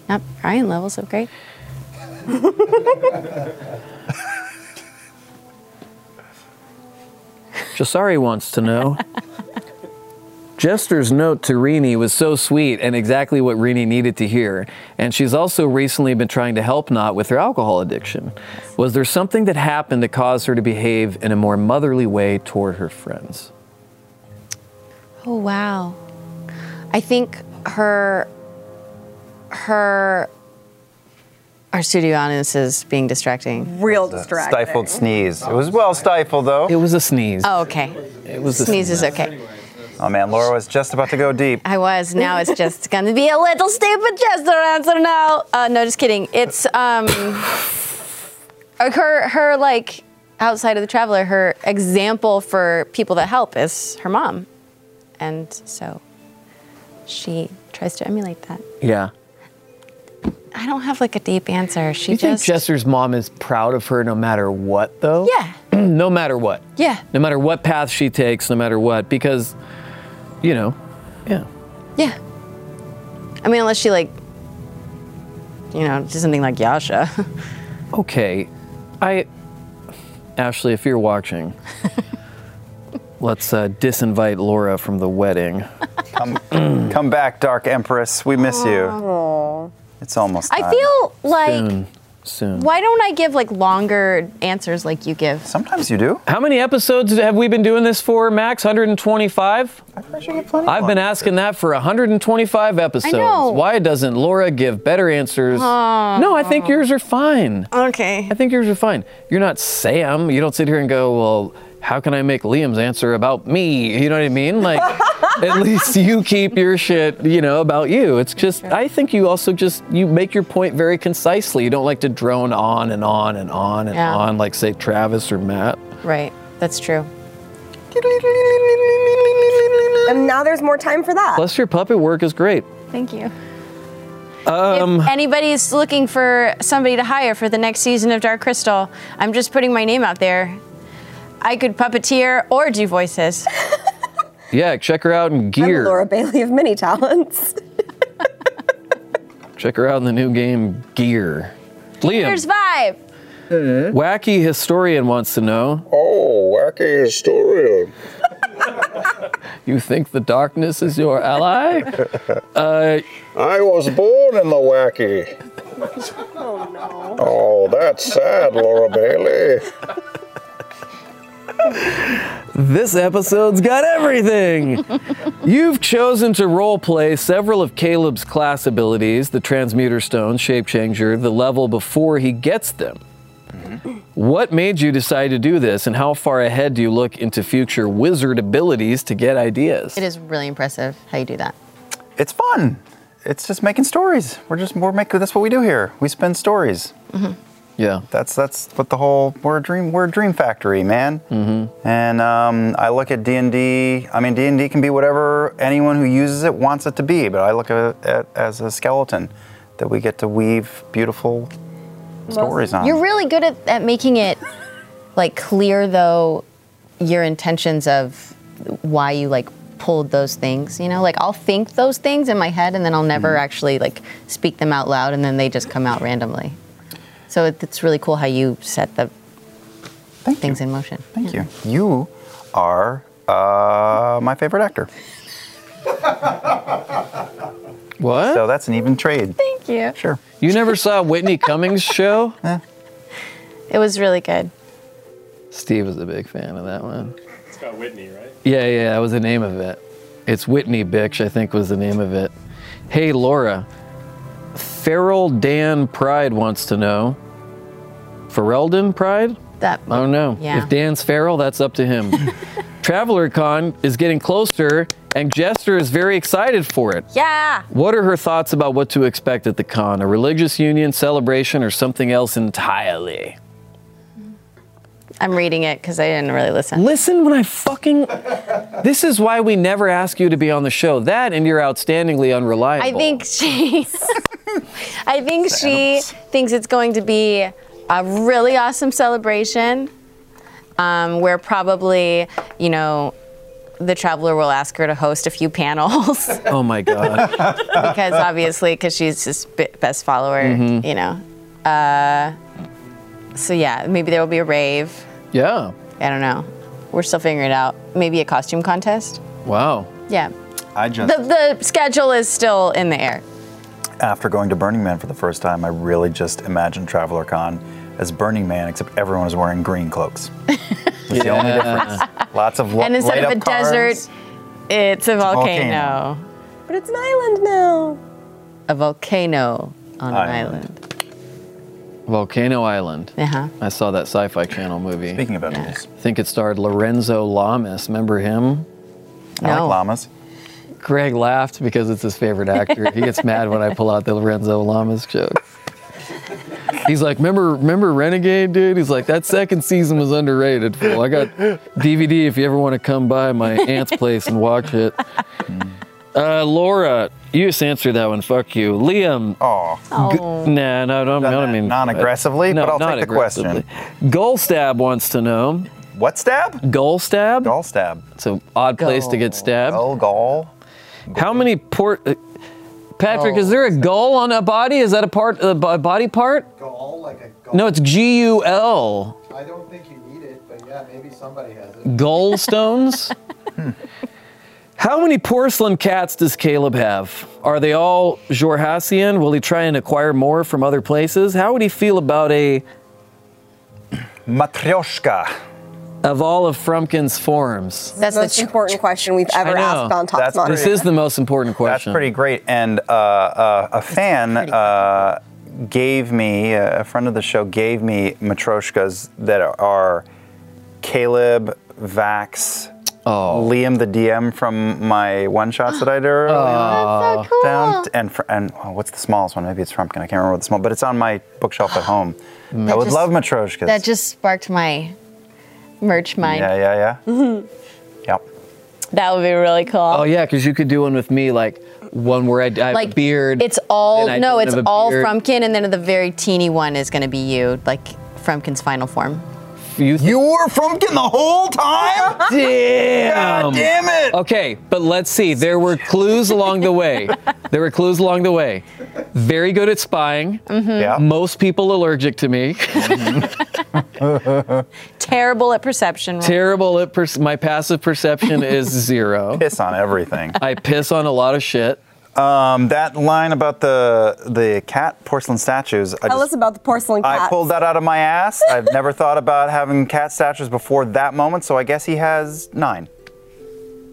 [SPEAKER 4] not Brian level, so great.
[SPEAKER 1] Jasari wants to know. Jester's note to Rini was so sweet and exactly what Rini needed to hear. And she's also recently been trying to help Not with her alcohol addiction. Was there something that happened that caused her to behave in a more motherly way toward her friends?
[SPEAKER 4] Oh wow. I think her her our studio audience is being distracting.
[SPEAKER 2] Real distracting.
[SPEAKER 3] Stifled sneeze. It was well
[SPEAKER 1] It
[SPEAKER 3] stifled though.
[SPEAKER 1] was a sneeze.
[SPEAKER 4] Oh, okay.
[SPEAKER 1] it was a
[SPEAKER 4] Sneeze
[SPEAKER 1] sneeze.
[SPEAKER 4] is okay.
[SPEAKER 3] Oh man, Laura was just about to go deep.
[SPEAKER 4] I was. Now it's just gonna be a little stupid Jester answer now. Uh, no, just kidding. It's um, like her her like outside of the traveler. Her example for people that help is her mom, and so she tries to emulate that.
[SPEAKER 1] Yeah.
[SPEAKER 4] I don't have like a deep answer. She
[SPEAKER 1] You think
[SPEAKER 4] just
[SPEAKER 1] Jester's mom is proud of her no matter what, though?
[SPEAKER 4] yeah
[SPEAKER 1] no matter what.
[SPEAKER 4] yeah
[SPEAKER 1] No matter what path she takes, no matter what, because, you know, yeah.
[SPEAKER 4] yeah. I mean, unless she like you know does something like Yasha.
[SPEAKER 1] Okay, I, Ashley, if you're watching, let's uh, disinvite Laura from the wedding.
[SPEAKER 3] Come back, Dark Empress. We miss you. It's almost.
[SPEAKER 4] I
[SPEAKER 3] time.
[SPEAKER 4] feel like
[SPEAKER 1] Soon. soon.
[SPEAKER 2] Why don't I give like longer answers like you give?
[SPEAKER 1] Sometimes you do. How many episodes have we been doing this for, Max? 125? I've been asking that for 125 episodes.
[SPEAKER 2] know.
[SPEAKER 1] Why doesn't Laura give better answers? No, I think yours are fine.
[SPEAKER 2] Okay.
[SPEAKER 1] I think yours are fine. You're not Sam. You don't sit here and go, well, how can I make Liam's answer about me? You know what I mean? Like, at least you keep your shit, you know, about you. It's just, I think you also just, you make your point very concisely. You don't like to drone on and on and on and
[SPEAKER 2] Yeah.
[SPEAKER 1] on, like, say, Travis or Matt.
[SPEAKER 2] Right. That's true.
[SPEAKER 3] And now there's more time for that.
[SPEAKER 1] Plus, your puppet work is great.
[SPEAKER 2] Thank you.
[SPEAKER 1] Um,
[SPEAKER 2] Anybody's looking for somebody to hire for the next season of Dark Crystal, I'm just putting my name out there. I could puppeteer or do voices.
[SPEAKER 1] yeah, check her out in gear.
[SPEAKER 3] I'm Laura Bailey of many talents.
[SPEAKER 1] Check her out in the new game, Gear.
[SPEAKER 2] Here's
[SPEAKER 1] Liam,
[SPEAKER 2] vibe.
[SPEAKER 1] wacky historian wants to know.
[SPEAKER 14] Oh, wacky historian.
[SPEAKER 1] You think the darkness is your ally? Uh,
[SPEAKER 14] I was born in the wacky. Oh, no. Oh, that's sad, Laura Bailey.
[SPEAKER 1] this episode's got everything. You've chosen to roleplay several of Caleb's class abilities the transmuter stone, shape changer, the level before he gets them. Mm-hmm. What made you decide to do this, and how far ahead do you look into future wizard abilities to get ideas?
[SPEAKER 2] It is really impressive how you do that.
[SPEAKER 4] It's fun. It's just making stories. We're just we're making that's what we do here. We spin stories.
[SPEAKER 2] Mhm.
[SPEAKER 1] Yeah.
[SPEAKER 4] That's that's what the whole we're a dream we're a dream factory, man. Mm-hmm. And um, I look at D and D. I mean, D and D can be whatever anyone who uses it wants it to be, but I look at it at- as a skeleton that we get to weave beautiful stories on.
[SPEAKER 2] You're really good at, at making it like clear though your intentions of why you like pulled those things, you know? Like I'll think those things in my head and then I'll never
[SPEAKER 4] Mm-hmm.
[SPEAKER 2] actually like speak them out loud and then they just come out randomly. So it, it's really cool how you set the things in motion.
[SPEAKER 4] Thank you. You are uh, my favorite actor.
[SPEAKER 1] What?
[SPEAKER 4] So that's an even trade.
[SPEAKER 2] Thank you.
[SPEAKER 4] Sure.
[SPEAKER 1] You never saw Whitney Cummings' show?
[SPEAKER 2] It was really good.
[SPEAKER 1] Steve was a big fan of that one.
[SPEAKER 15] It's got Whitney, right?
[SPEAKER 1] Yeah, yeah, that was the name of it. It's Whitney Bitch, I think was the name of it. Hey, Laura. Feral Dan Pride wants to know. Ferelden Pride?
[SPEAKER 2] That
[SPEAKER 1] I don't know.
[SPEAKER 2] yeah.
[SPEAKER 1] If Dan's feral, that's up to him. Traveler Con is getting closer, and Jester is very excited for it.
[SPEAKER 2] Yeah.
[SPEAKER 1] What are her thoughts about what to expect at the con? A religious union, celebration, or something else entirely?
[SPEAKER 2] I'm reading it cuz I didn't really listen.
[SPEAKER 1] Listen when I fucking This is why we never ask you to be on the show. That and you're outstandingly unreliable.
[SPEAKER 2] I think she. I think she thinks it's going to be a really awesome celebration, um, where probably you know. The traveler will ask her to host a few panels
[SPEAKER 1] Oh my god.
[SPEAKER 2] because obviously, because she's his b- best follower,
[SPEAKER 1] Mhm.
[SPEAKER 2] you know. Uh, so yeah, maybe there will be a rave.
[SPEAKER 1] Yeah.
[SPEAKER 2] I don't know. We're still figuring it out. Maybe a costume contest.
[SPEAKER 1] Wow.
[SPEAKER 2] Yeah.
[SPEAKER 4] I just
[SPEAKER 2] The the schedule is still in the air.
[SPEAKER 4] after going to Burning Man for the first time, I really just imagined Traveler Con as Burning Man, except everyone is wearing green cloaks. It's the only difference. Lots of lo-
[SPEAKER 2] and instead of a
[SPEAKER 4] light-up cars.
[SPEAKER 2] desert, it's a volcano.
[SPEAKER 4] volcano.
[SPEAKER 3] But it's an island now.
[SPEAKER 2] A volcano on an island.
[SPEAKER 1] Volcano Island.
[SPEAKER 2] Uh-huh.
[SPEAKER 1] I saw that sci-fi channel movie.
[SPEAKER 4] Speaking of animals.
[SPEAKER 1] I think it starred Lorenzo Lamas. Remember him?
[SPEAKER 4] I like No. llamas.
[SPEAKER 1] Greg laughed because it's his favorite actor. he gets mad when I pull out the Lorenzo Lamas joke. He's like, remember, remember Renegade, dude? He's like, that second season was underrated. Fool. I got DVD if you ever want to come by my aunt's place and watch it. Uh, Laura, you just answered that one. Fuck you, Liam.
[SPEAKER 4] Oh,
[SPEAKER 2] Oh.
[SPEAKER 1] nah, no, no, I don't mean
[SPEAKER 4] non-aggressively,
[SPEAKER 1] no,
[SPEAKER 4] but I'll
[SPEAKER 1] not
[SPEAKER 4] take the question.
[SPEAKER 1] aggressively. Golstab wants to know.
[SPEAKER 4] What stab?
[SPEAKER 1] Goal stab.
[SPEAKER 4] Goal stab.
[SPEAKER 1] It's an odd place to get stabbed.
[SPEAKER 4] Goal, goal.
[SPEAKER 1] How many port? uh, Patrick, is there a gull on a body? Is that a part, a bo- body part?
[SPEAKER 16] Gall, like a
[SPEAKER 1] No, it's G U L.
[SPEAKER 16] I don't think you need it, but yeah, maybe somebody has it.
[SPEAKER 1] Gallstones. How many porcelain cats does Caleb have? Are they all Jorhassian? Will he try and acquire more from other places? How would he feel about a
[SPEAKER 4] matryoshka
[SPEAKER 1] of all of Frumpkin's forms?
[SPEAKER 3] That's the most important question we've ever asked on Top Model.
[SPEAKER 1] this is the most important question.
[SPEAKER 4] That's pretty great. And uh, uh, a fan uh, gave me, a friend of the show gave me Matryoshkas that are Caleb, Vax, Liam the DM from my one shots that I did earlier.
[SPEAKER 1] Oh, that's so cool.
[SPEAKER 4] Down, and fr- and oh, what's the smallest one? Maybe it's Frumpkin. I can't remember what the small, but it's on my bookshelf at home. I
[SPEAKER 17] That
[SPEAKER 4] would
[SPEAKER 17] just-
[SPEAKER 4] love Matryoshkas.
[SPEAKER 17] That just sparked my merch mind.
[SPEAKER 4] Yeah, yeah,
[SPEAKER 17] yeah.
[SPEAKER 4] Yep.
[SPEAKER 17] that would be really cool.
[SPEAKER 1] Oh yeah, because you could do one with me, like one where I, I have a
[SPEAKER 17] like
[SPEAKER 1] beard.
[SPEAKER 17] It's all
[SPEAKER 1] then I
[SPEAKER 17] no,
[SPEAKER 1] don't
[SPEAKER 17] it's
[SPEAKER 1] have a
[SPEAKER 17] all
[SPEAKER 1] beard.
[SPEAKER 17] Frumpkin, and then the very teeny one is going to be you, like Frumpkin's final form.
[SPEAKER 1] You,
[SPEAKER 4] were Frumpkin the whole time.
[SPEAKER 1] Damn!
[SPEAKER 4] God damn it!
[SPEAKER 1] Okay, but let's see. There were clues along the way. There were clues along the way. Very good at spying.
[SPEAKER 4] Mm-hmm. Yeah.
[SPEAKER 1] Most people allergic to me.
[SPEAKER 17] Terrible at perception. Roll.
[SPEAKER 1] Terrible at per- my passive perception is zero.
[SPEAKER 4] Piss on everything.
[SPEAKER 1] I piss on a lot of shit.
[SPEAKER 4] Um, that line about the the cat porcelain statues. I
[SPEAKER 3] Tell
[SPEAKER 4] just-
[SPEAKER 3] us about the porcelain cat.
[SPEAKER 4] I pulled that out of my ass. I've never thought about having cat statues before that moment, so I guess he has nine.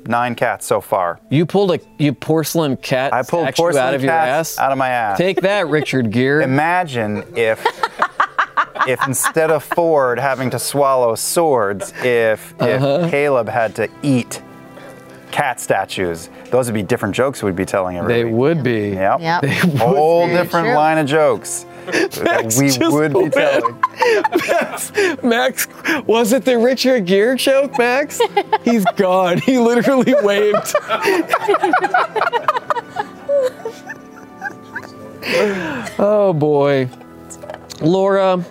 [SPEAKER 4] Nine cats so far.
[SPEAKER 1] You pulled a you porcelain cat
[SPEAKER 4] I pulled
[SPEAKER 1] statue
[SPEAKER 4] porcelain
[SPEAKER 1] out of your
[SPEAKER 4] cats
[SPEAKER 1] ass?
[SPEAKER 4] out of my ass.
[SPEAKER 1] Take that, Richard Gere.
[SPEAKER 4] Imagine if if instead of Ford having to swallow swords, if
[SPEAKER 1] Uh-huh.
[SPEAKER 4] if Caleb had to eat cat statues, those would be different jokes we'd be telling everybody.
[SPEAKER 1] They would be.
[SPEAKER 4] Yep.
[SPEAKER 1] Yep. They would
[SPEAKER 4] Whole
[SPEAKER 1] be.
[SPEAKER 4] different
[SPEAKER 1] True.
[SPEAKER 4] line of jokes that we
[SPEAKER 1] just
[SPEAKER 4] would be
[SPEAKER 1] went.
[SPEAKER 4] telling.
[SPEAKER 1] Max, Max, was it the Richard Gere joke, Max? He's gone. He literally waved. oh boy. Laura,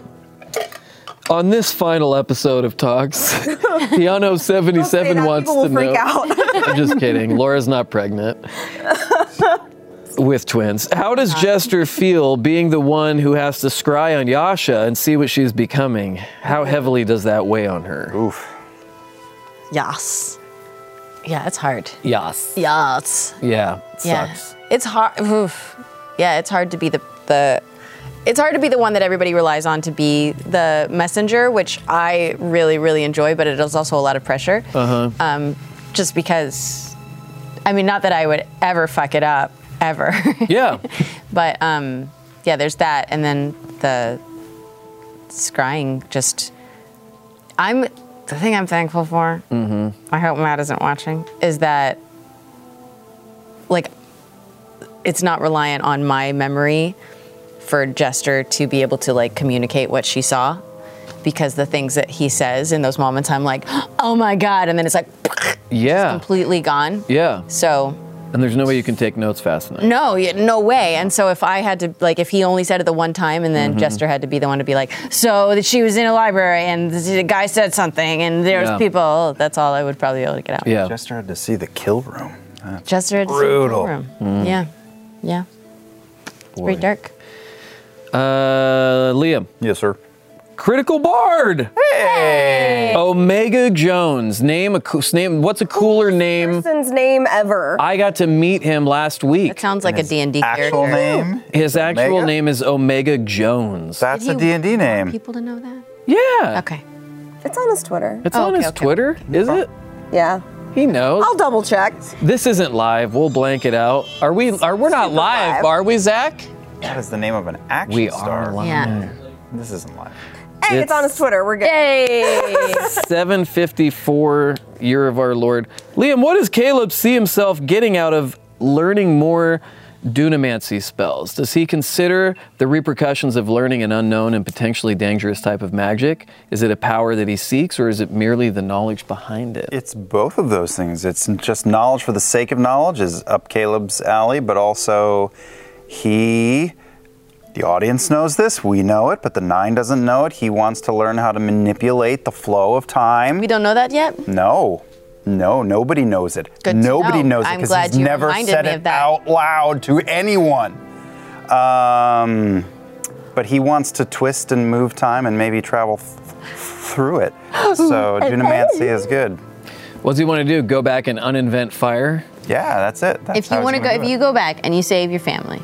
[SPEAKER 1] on this final episode of Talks,
[SPEAKER 3] Don't say
[SPEAKER 1] Keanu77
[SPEAKER 3] that,
[SPEAKER 1] wants
[SPEAKER 3] people
[SPEAKER 1] to
[SPEAKER 3] will freak
[SPEAKER 1] know.
[SPEAKER 3] out.
[SPEAKER 1] I'm just kidding. Laura's not pregnant with twins. How does Jester feel being the one who has to scry on Yasha and see what she's becoming? How heavily does that weigh on her?
[SPEAKER 4] Oof.
[SPEAKER 17] Yes. Yeah, it's hard.
[SPEAKER 1] Yas.
[SPEAKER 17] Yes.
[SPEAKER 1] Yeah.
[SPEAKER 17] Yeah. It's hard. oof. Yeah, it's hard to be the the. It's hard to be the one that everybody relies on to be the messenger, which I really, really enjoy, but it is also a lot of pressure.
[SPEAKER 1] Uh huh.
[SPEAKER 17] Um, just because, I mean, not that I would ever fuck it up, ever.
[SPEAKER 1] yeah.
[SPEAKER 17] But um, yeah, there's that, and then the scrying. Just, I'm the thing I'm thankful for.
[SPEAKER 1] Mm-hmm.
[SPEAKER 17] I hope Matt isn't watching, is that like it's not reliant on my memory for Jester to be able to like communicate what she saw because the things that he says in those moments I'm like, "Oh my god." And then it's like
[SPEAKER 1] Yeah.
[SPEAKER 17] completely gone.
[SPEAKER 1] Yeah.
[SPEAKER 17] So,
[SPEAKER 1] And there's no way you can take notes fast
[SPEAKER 4] Mm.
[SPEAKER 1] enough.
[SPEAKER 17] no, y- no way. And so if I had to like if he only said it the one time and then
[SPEAKER 1] Mhm.
[SPEAKER 17] Jester had to be the one to be like, "So that she was in a library and the guy said something and there's
[SPEAKER 4] Yeah.
[SPEAKER 17] people." That's all I would probably be able to get out.
[SPEAKER 4] Jester had to see the kill room. That's
[SPEAKER 17] Jester had to see the kill
[SPEAKER 4] brutal.
[SPEAKER 17] room. Yeah. Yeah. It's pretty
[SPEAKER 1] Boy.
[SPEAKER 17] dark.
[SPEAKER 1] Uh, Liam.
[SPEAKER 4] Yes, sir.
[SPEAKER 1] Critical Bard. Hey. Omega Jones. Name a coo- name. What's a cooler name?
[SPEAKER 3] Person's name ever.
[SPEAKER 1] I got to meet him last week. That
[SPEAKER 17] sounds like a D&D
[SPEAKER 4] actual character. name
[SPEAKER 1] His actual
[SPEAKER 4] Omega?
[SPEAKER 1] name is Omega Jones.
[SPEAKER 4] That's
[SPEAKER 17] Did he
[SPEAKER 4] a D&D
[SPEAKER 17] want
[SPEAKER 4] name.
[SPEAKER 17] People to know that.
[SPEAKER 1] Yeah.
[SPEAKER 17] Okay.
[SPEAKER 3] It's on his Twitter.
[SPEAKER 1] It's on his Twitter, is it?
[SPEAKER 3] Yeah.
[SPEAKER 1] He knows.
[SPEAKER 3] Oh, I'll double check.
[SPEAKER 1] This isn't live. We'll blank it out. Are we? Are we not live,
[SPEAKER 3] live.
[SPEAKER 1] Are we, Zach?
[SPEAKER 4] That is the name of an action
[SPEAKER 1] we
[SPEAKER 4] star.
[SPEAKER 1] Are live.
[SPEAKER 3] Yeah.
[SPEAKER 4] This isn't live.
[SPEAKER 3] Hey, it's,
[SPEAKER 1] It's-
[SPEAKER 3] on his Twitter. We're good.
[SPEAKER 17] Yay!
[SPEAKER 1] 754 year of our Lord. Liam, what does Caleb see himself getting out of learning more dunamancy spells? Does he consider the repercussions of learning an unknown and potentially dangerous type of magic? Is it a power that he seeks or is it merely the knowledge behind it?
[SPEAKER 4] It's both of those things. It's just knowledge for the sake of knowledge is up Caleb's alley, but also he, the audience knows this, we know it, but the nine doesn't know it. He wants to learn how to manipulate the flow of time.
[SPEAKER 17] We don't know that yet.
[SPEAKER 4] No, no, nobody knows it.
[SPEAKER 17] Good to
[SPEAKER 4] nobody
[SPEAKER 17] know.
[SPEAKER 4] knows it
[SPEAKER 17] I'm
[SPEAKER 4] because
[SPEAKER 17] glad
[SPEAKER 4] he's
[SPEAKER 17] you
[SPEAKER 4] never
[SPEAKER 17] reminded
[SPEAKER 4] said
[SPEAKER 17] me
[SPEAKER 4] it
[SPEAKER 17] of that.
[SPEAKER 4] out loud to anyone. Um, but he wants to twist and move time and maybe travel th- through it. So
[SPEAKER 1] Okay.
[SPEAKER 4] dunamancy is good.
[SPEAKER 1] What does he want to do? Go back and uninvent fire?
[SPEAKER 18] Yeah, that's it.
[SPEAKER 4] if you want to go, if you go back and you save your family,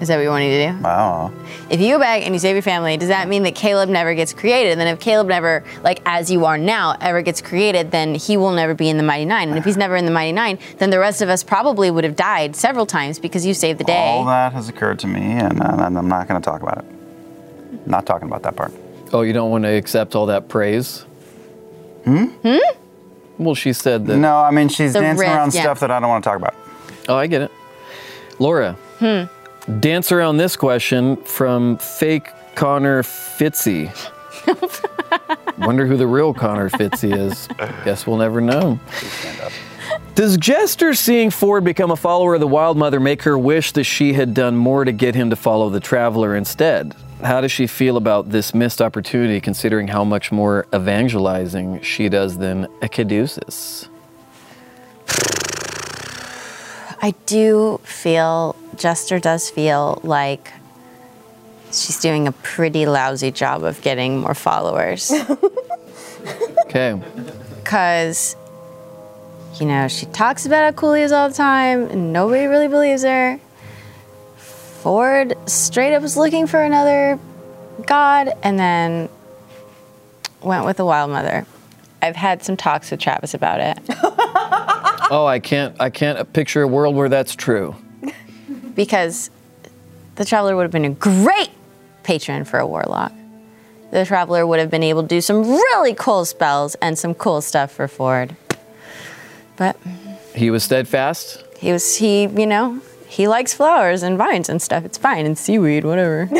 [SPEAKER 4] is that what you wanted to do?
[SPEAKER 18] Wow.
[SPEAKER 4] If you go back and you save your family, does that mean that Caleb never gets created? And then if Caleb never, like as you are now, ever gets created, then he will never be in the Mighty Nine. And if he's never in the Mighty Nine, then the rest of us probably would have died several times because you saved the day.
[SPEAKER 18] All that has occurred to me, and, uh, and I'm not going to talk about it. Not talking about that part.
[SPEAKER 1] Oh, you don't want to accept all that praise? Hmm?
[SPEAKER 4] Hmm?
[SPEAKER 1] Well, she said that.
[SPEAKER 18] No, I mean, she's The dancing riff, around yeah. stuff that I don't want to talk about.
[SPEAKER 1] Oh, I get it. Laura,
[SPEAKER 19] Hmm.
[SPEAKER 1] dance around this question from fake Connor Fitzy. Wonder who the real Connor Fitzy is. Guess we'll never know. Does Jester seeing Ford become a follower of the Wild Mother make her wish that she had done more to get him to follow the Traveler instead? How does she feel about this missed opportunity considering how much more evangelizing she does than a Caduceus?
[SPEAKER 4] I do feel, Jester does feel like she's doing a pretty lousy job of getting more followers.
[SPEAKER 1] Okay.
[SPEAKER 4] Because, you know, she talks about how cool he is all the time and nobody really believes her. Ford straight up was looking for another god and then went with the Wild Mother. I've had some talks with Travis about it.
[SPEAKER 1] Oh, I can't I can't picture a world where that's true.
[SPEAKER 4] because the traveler would have been a great patron for a warlock. The traveler would have been able to do some really cool spells and some cool stuff for Ford. But
[SPEAKER 1] He was steadfast.
[SPEAKER 4] he was he, you know, he likes flowers and vines and stuff. It's fine and seaweed, whatever.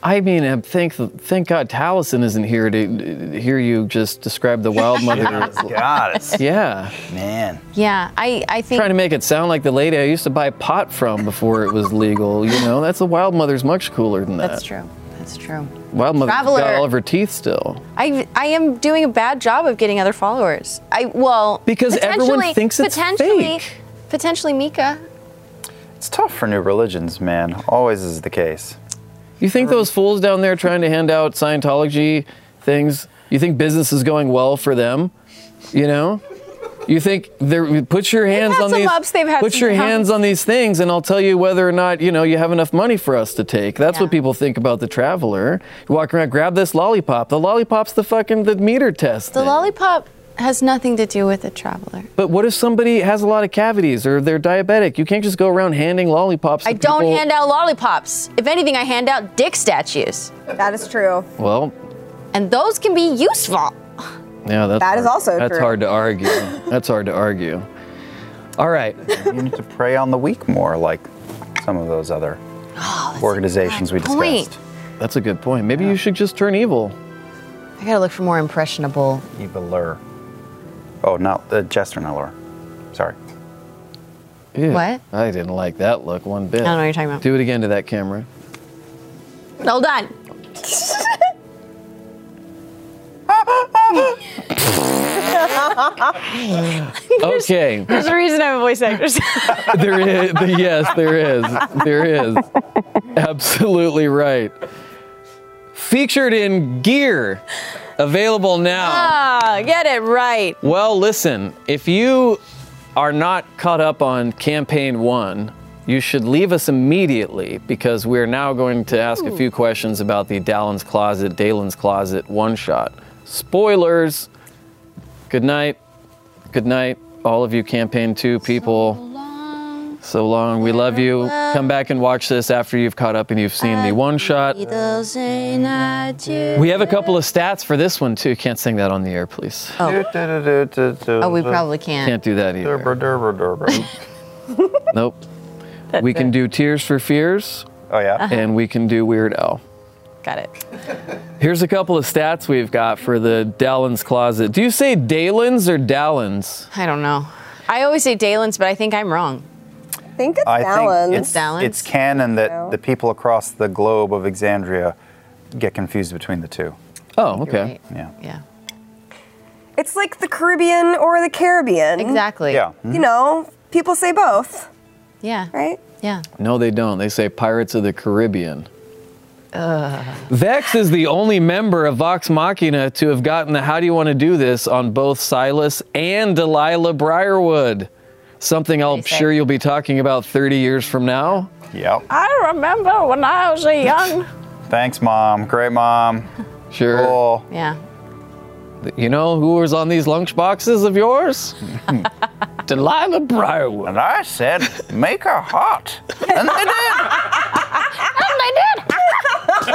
[SPEAKER 1] I mean, I thank thank God Taliesin isn't here to uh, hear you just describe the wild mother.
[SPEAKER 18] God, it's-
[SPEAKER 1] yeah,
[SPEAKER 18] man.
[SPEAKER 4] yeah, I I think
[SPEAKER 1] Trying to make it sound like the lady I used to buy pot from before it was legal. You know, that's the wild mother's much cooler than that.
[SPEAKER 4] that's true. That's true.
[SPEAKER 1] Wild mother's got
[SPEAKER 4] Traveler.
[SPEAKER 1] all of her teeth still.
[SPEAKER 4] I I am doing a bad job of getting other followers. I well
[SPEAKER 1] Because everyone
[SPEAKER 4] potentially-
[SPEAKER 1] thinks it's
[SPEAKER 4] potentially, Potentially Mika.
[SPEAKER 18] It's tough for new religions, man. Always is the case.
[SPEAKER 1] You think those fools down there trying to hand out Scientology things, you think business is going well for them? You know? You think they're put your hands
[SPEAKER 4] had
[SPEAKER 1] on
[SPEAKER 4] some
[SPEAKER 1] these
[SPEAKER 4] ups, they've had
[SPEAKER 1] put
[SPEAKER 4] some
[SPEAKER 1] your
[SPEAKER 4] downs.
[SPEAKER 1] hands on these things and I'll tell you whether or not, you know, you have enough money for us to take. That's what people think about the traveler. You walk around, grab this lollipop. The lollipop's the fucking the meter test.
[SPEAKER 4] The lollipop has nothing to do with the traveler.
[SPEAKER 1] But what if somebody has a lot of cavities or they're diabetic? You can't just go around handing lollipops to
[SPEAKER 4] I don't
[SPEAKER 1] people.
[SPEAKER 4] hand out lollipops. If anything, I hand out dick statues.
[SPEAKER 3] That is true.
[SPEAKER 1] Well,
[SPEAKER 4] And those can be useful.
[SPEAKER 1] Yeah, that's
[SPEAKER 3] That is
[SPEAKER 1] hard-
[SPEAKER 3] also
[SPEAKER 1] that's
[SPEAKER 3] true.
[SPEAKER 1] hard to argue. that's hard to argue. All right.
[SPEAKER 18] you need to prey on the weak more, like some of those other
[SPEAKER 4] Oh,
[SPEAKER 18] organizations we discussed.
[SPEAKER 4] Point.
[SPEAKER 1] That's a good point. Maybe you should just turn evil.
[SPEAKER 4] I gotta look for more impressionable.
[SPEAKER 18] Eviler. Oh, not the Jester, not Lore. Sorry.
[SPEAKER 1] Ew,
[SPEAKER 4] What?
[SPEAKER 1] I didn't like that look one bit.
[SPEAKER 4] I don't know what you're talking about.
[SPEAKER 1] Do it again to that camera.
[SPEAKER 4] Hold on.
[SPEAKER 1] okay.
[SPEAKER 4] There's a reason I'm a voice actor.
[SPEAKER 1] there is yes, there is. There is. Absolutely right. Featured in gear. Available now.
[SPEAKER 4] ah, get it right.
[SPEAKER 1] Well, listen, if you are not caught up on campaign one, you should leave us immediately because we're now going to ask a few questions about the Dallin's Closet, Dalen's Closet one shot. Spoilers! Good night. Good night, all of you campaign two people. So long.
[SPEAKER 4] Oh.
[SPEAKER 1] We love you. Come back and watch this after you've caught up and you've seen the one shot. We have a couple of stats for this one too. Can't sing that on the air, please.
[SPEAKER 18] Oh,
[SPEAKER 4] we probably can't.
[SPEAKER 1] Can't do that either. Nope.
[SPEAKER 4] That's
[SPEAKER 1] we can
[SPEAKER 4] it.
[SPEAKER 1] do Tears for Fears.
[SPEAKER 18] Oh yeah.
[SPEAKER 4] Uh-huh.
[SPEAKER 1] And we can do Weird Al.
[SPEAKER 4] Got it.
[SPEAKER 1] Here's a couple of stats we've got for the Dallin's Closet. Do you say Dalins or Dallins?
[SPEAKER 4] I don't know. I always say Dalen's, but I think I'm wrong. I
[SPEAKER 3] think it's
[SPEAKER 18] I think it's,
[SPEAKER 4] It's Dalen's.
[SPEAKER 18] it's canon that the people across the globe of Exandria get confused between the two.
[SPEAKER 1] Oh, okay.
[SPEAKER 18] Yeah.
[SPEAKER 4] Yeah.
[SPEAKER 3] It's like the Caribbean or the Caribbean.
[SPEAKER 4] Exactly.
[SPEAKER 18] Yeah.
[SPEAKER 3] You know, people say both.
[SPEAKER 4] Yeah.
[SPEAKER 3] Right?
[SPEAKER 4] Yeah.
[SPEAKER 1] No, they don't. They say Pirates of the Caribbean. Vex is the only member of Vox Machina to have gotten the How Do You Want to Do This on both Silas and Delilah Briarwood. Something I'm sure you'll be talking about 30 years from now.
[SPEAKER 4] Yep.
[SPEAKER 20] I remember when I was a young.
[SPEAKER 4] Thanks, mom. Great, mom.
[SPEAKER 1] Sure.
[SPEAKER 4] Oh,
[SPEAKER 21] Yeah.
[SPEAKER 1] You know who was on these lunch boxes of yours? Delilah Briarwood.
[SPEAKER 4] And I said, make her hot. And they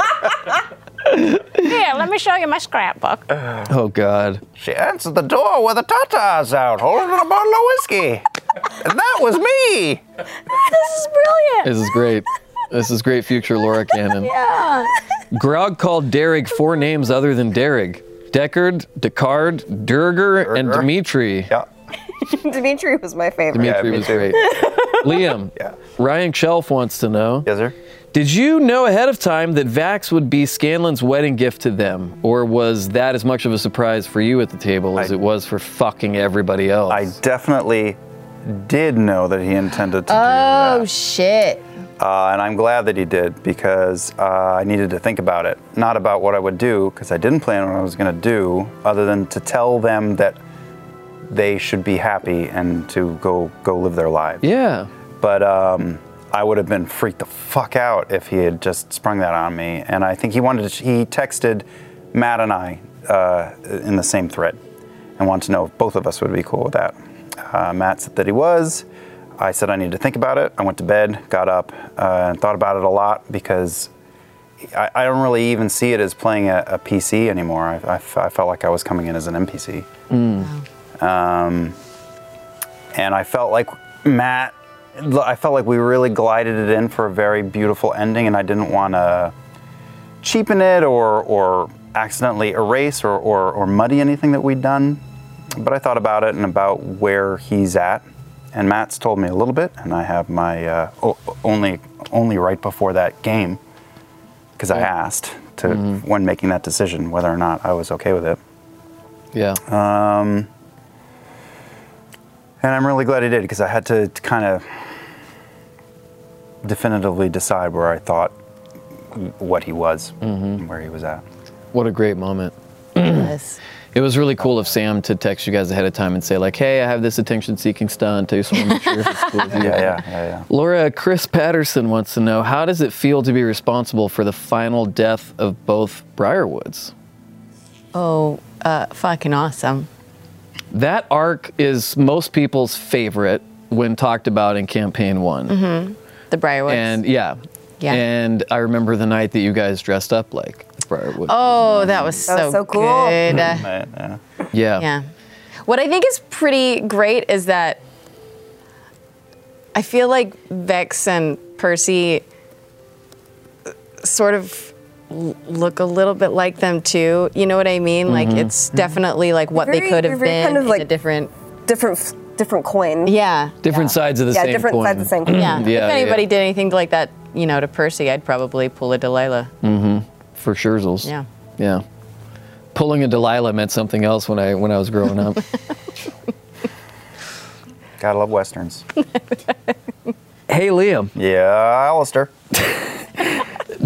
[SPEAKER 20] and I did. Here, let me show you my scrapbook.
[SPEAKER 1] Oh, God.
[SPEAKER 4] She answered the door with a tatas out, holding a bottle of whiskey. And that was me.
[SPEAKER 20] This is brilliant.
[SPEAKER 1] This is great. This is great future Laura Cannon.
[SPEAKER 20] Yeah.
[SPEAKER 1] Grog called Derrig four names other than Derrig. Deckard, Descartes, Durger, and Dimitri.
[SPEAKER 4] Yeah.
[SPEAKER 3] Dimitri was my favorite.
[SPEAKER 1] Dimitri was great. Liam. Yeah. Ryan Shelf wants to know.
[SPEAKER 4] Yes, sir.
[SPEAKER 1] Did you know ahead of time that Vax would be Scanlan's wedding gift to them? Or was that as much of a surprise for you at the table as it was for fucking everybody else? I
[SPEAKER 4] definitely did know that he intended to.
[SPEAKER 22] Oh, shit.
[SPEAKER 4] Uh, and I'm glad that he did because uh, I needed to think about it. Not about what I would do, because I didn't plan what I was going to do, other than to tell them that they should be happy and to go, go live their lives.
[SPEAKER 1] Yeah.
[SPEAKER 4] But um, I would have been freaked the fuck out if he had just sprung that on me. And I think he wanted to, he texted Matt and I uh, in the same thread and wanted to know if both of us would be cool with that. Uh, Matt said that he was. I said I need to think about it. I went to bed, got up, uh, and thought about it a lot because I, I don't really even see it as playing a, a PC anymore. I, I f- I felt like I was coming in as an NPC. Um, and I felt like Matt, I felt like we really glided it in for a very beautiful ending, and I didn't want to cheapen it or, or accidentally erase or, or, or muddy anything that we'd done. But I thought about it and about where he's at, and Matt's told me a little bit, and I have my uh, o- only only right before that game because I asked to when making that decision whether or not I was okay with it.
[SPEAKER 1] Yeah.
[SPEAKER 4] Um, and I'm really glad I did because I had to, kind of definitively decide where I thought what he was and where he was at.
[SPEAKER 1] What a great moment. It was really cool of Sam to text you guys ahead of time and say, like, hey, I have this attention seeking stunt. I just want to make sure if it's cool with you.
[SPEAKER 4] Yeah, yeah, yeah, yeah.
[SPEAKER 1] Laura, Chris Patterson wants to know how does it feel to be responsible for the final death of both Briarwoods?
[SPEAKER 21] Oh, uh, fucking awesome.
[SPEAKER 1] That arc is most people's favorite when talked about in campaign one.
[SPEAKER 21] hmm The Briarwoods.
[SPEAKER 1] And yeah.
[SPEAKER 21] Yeah.
[SPEAKER 1] And I remember the night that you guys dressed up like the Briarwoods.
[SPEAKER 21] oh, that was so,
[SPEAKER 23] That was so cool.
[SPEAKER 21] good.
[SPEAKER 4] Mm-hmm. Yeah.
[SPEAKER 1] Yeah.
[SPEAKER 21] Yeah. What I think is pretty great is that I feel like Vex and Percy uh, sort of l- look a little bit like them too. You know what I mean? Like
[SPEAKER 1] Mm-hmm.
[SPEAKER 3] Mhm.
[SPEAKER 21] it's definitely like what they
[SPEAKER 3] Very-
[SPEAKER 21] could have
[SPEAKER 3] very
[SPEAKER 21] been
[SPEAKER 3] kind of
[SPEAKER 21] in
[SPEAKER 3] like
[SPEAKER 21] a different
[SPEAKER 3] different different coin.
[SPEAKER 21] Yeah.
[SPEAKER 1] Different sides of the
[SPEAKER 21] Yeah,
[SPEAKER 1] same
[SPEAKER 21] different
[SPEAKER 1] coin.
[SPEAKER 21] sides of the same coin.
[SPEAKER 1] yeah.
[SPEAKER 21] if
[SPEAKER 1] yeah.
[SPEAKER 21] anybody did anything like that, you know, to Percy, I'd probably pull a Delilah.
[SPEAKER 1] Mm-hmm. For sure's.
[SPEAKER 21] Yeah.
[SPEAKER 1] Yeah. Pulling a Delilah meant something else when I when I was growing up.
[SPEAKER 4] Gotta love westerns.
[SPEAKER 1] hey, Liam.
[SPEAKER 4] Yeah, Alistair.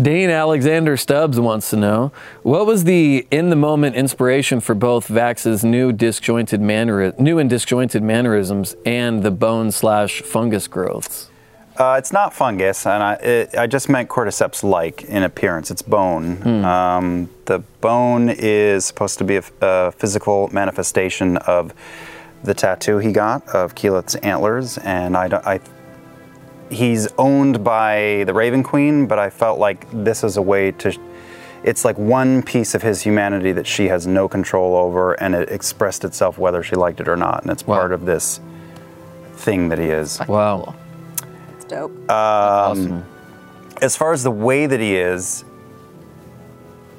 [SPEAKER 1] Dane Alexander Stubbs wants to know what was the in the moment inspiration for both Vax's new disjointed manner, new and disjointed mannerisms, and the bone slash fungus growths.
[SPEAKER 4] Uh, it's not fungus, and I, it, I just meant cordyceps like in appearance. It's bone. Um, the bone is supposed to be a, f- a physical manifestation of the tattoo he got of Keelith's antlers, and I, don't- I he's owned by the Raven Queen, but I felt like this is a way to. It's like one piece of his humanity that she has no control over, and it expressed itself whether she liked it or not, and it's part of this thing that he is.
[SPEAKER 1] Wow.
[SPEAKER 3] That's dope.
[SPEAKER 4] Um, As far as the way that he is,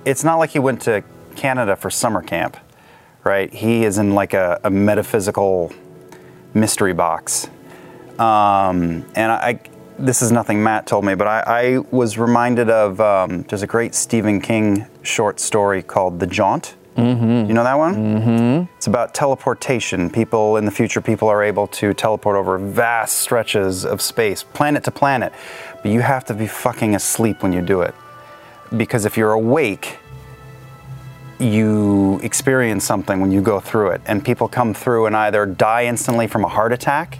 [SPEAKER 4] it's not like he went to Canada for summer camp, right? He is in like a, a metaphysical mystery box. Um, and I, this is nothing Matt told me, but I, I was reminded of um, there's a great Stephen King short story called The Jaunt. You know that one? Mm-hmm. It's about teleportation. People in the future, people are able to teleport over vast stretches of space, planet to planet, but you have to be fucking asleep when you do it.
[SPEAKER 2] because if you're awake, you experience something when you go through it, and people come through and either die instantly from a heart attack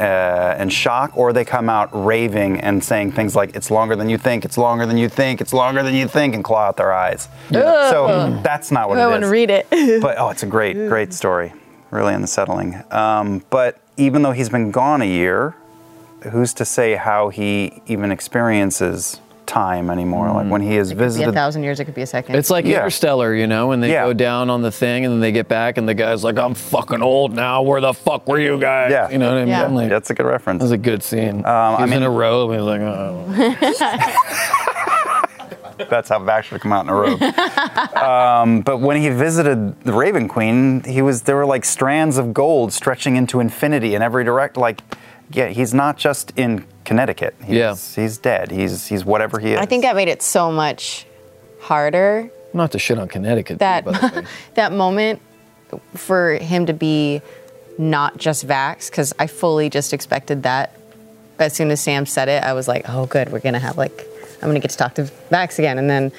[SPEAKER 2] uh, and shock, or they come out raving and saying things like, "It's longer than you think. It's longer than you think. It's longer than you think," and claw out their eyes.
[SPEAKER 24] Ugh.
[SPEAKER 2] So that's not what
[SPEAKER 24] I
[SPEAKER 2] it
[SPEAKER 24] want
[SPEAKER 2] is
[SPEAKER 24] to read it.
[SPEAKER 2] but oh, it's a great, great story. Really unsettling. Um, but even though he's been gone a year, who's to say how he even experiences time anymore?
[SPEAKER 1] Mm.
[SPEAKER 2] Like when he is
[SPEAKER 4] It could be a
[SPEAKER 2] visited.
[SPEAKER 4] thousand years. It could be a second.
[SPEAKER 1] It's like Interstellar, you know, when they go down on the thing and then they get back and the guy's like, I'm fucking old now. Where the fuck were you guys? Yeah. You know what I mean?
[SPEAKER 4] Yeah.
[SPEAKER 1] Like,
[SPEAKER 2] That's a good reference.
[SPEAKER 1] That was a good scene. Um, I was in a robe and he's like, oh.
[SPEAKER 2] That's how Baxter come out in a robe. um, but when he visited the Raven Queen, he was there were like strands of gold stretching into infinity in every direct. Like, yeah, he's not just in Connecticut. He's, he's dead. He's he's whatever he is.
[SPEAKER 4] I think that made it so much harder
[SPEAKER 1] Not to shit on Connecticut.
[SPEAKER 4] that
[SPEAKER 1] but
[SPEAKER 4] that moment for him to be not just vax because I fully just expected that. As soon as Sam said it, I was like, "Oh, good, we're gonna have like I'm gonna get to talk to vax again." And then,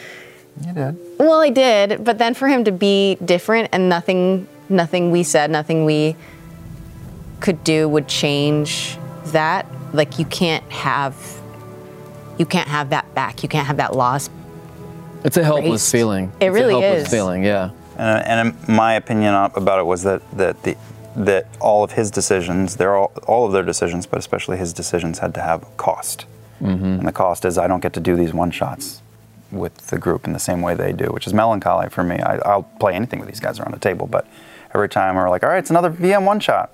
[SPEAKER 2] you did.
[SPEAKER 4] Well, I did, but then for him to be different and nothing, nothing we said, nothing we could do would change that. Like you can't have, you can't have that back. You can't have that loss
[SPEAKER 1] It's a helpless
[SPEAKER 4] Erased.
[SPEAKER 1] feeling.
[SPEAKER 4] It really
[SPEAKER 1] it's a helpless
[SPEAKER 4] is.
[SPEAKER 1] feeling, yeah.
[SPEAKER 2] And, Uh, and my opinion o- about it was that that the that all of his decisions, they're all all of their decisions, but especially his decisions, had to have cost.
[SPEAKER 1] Mm-hmm.
[SPEAKER 2] And the cost is I don't get to do these one shots with the group in the same way they do, which is melancholy for me. I, I'll play anything with these guys around the table, but every time we're like, all right, it's another VM one shot.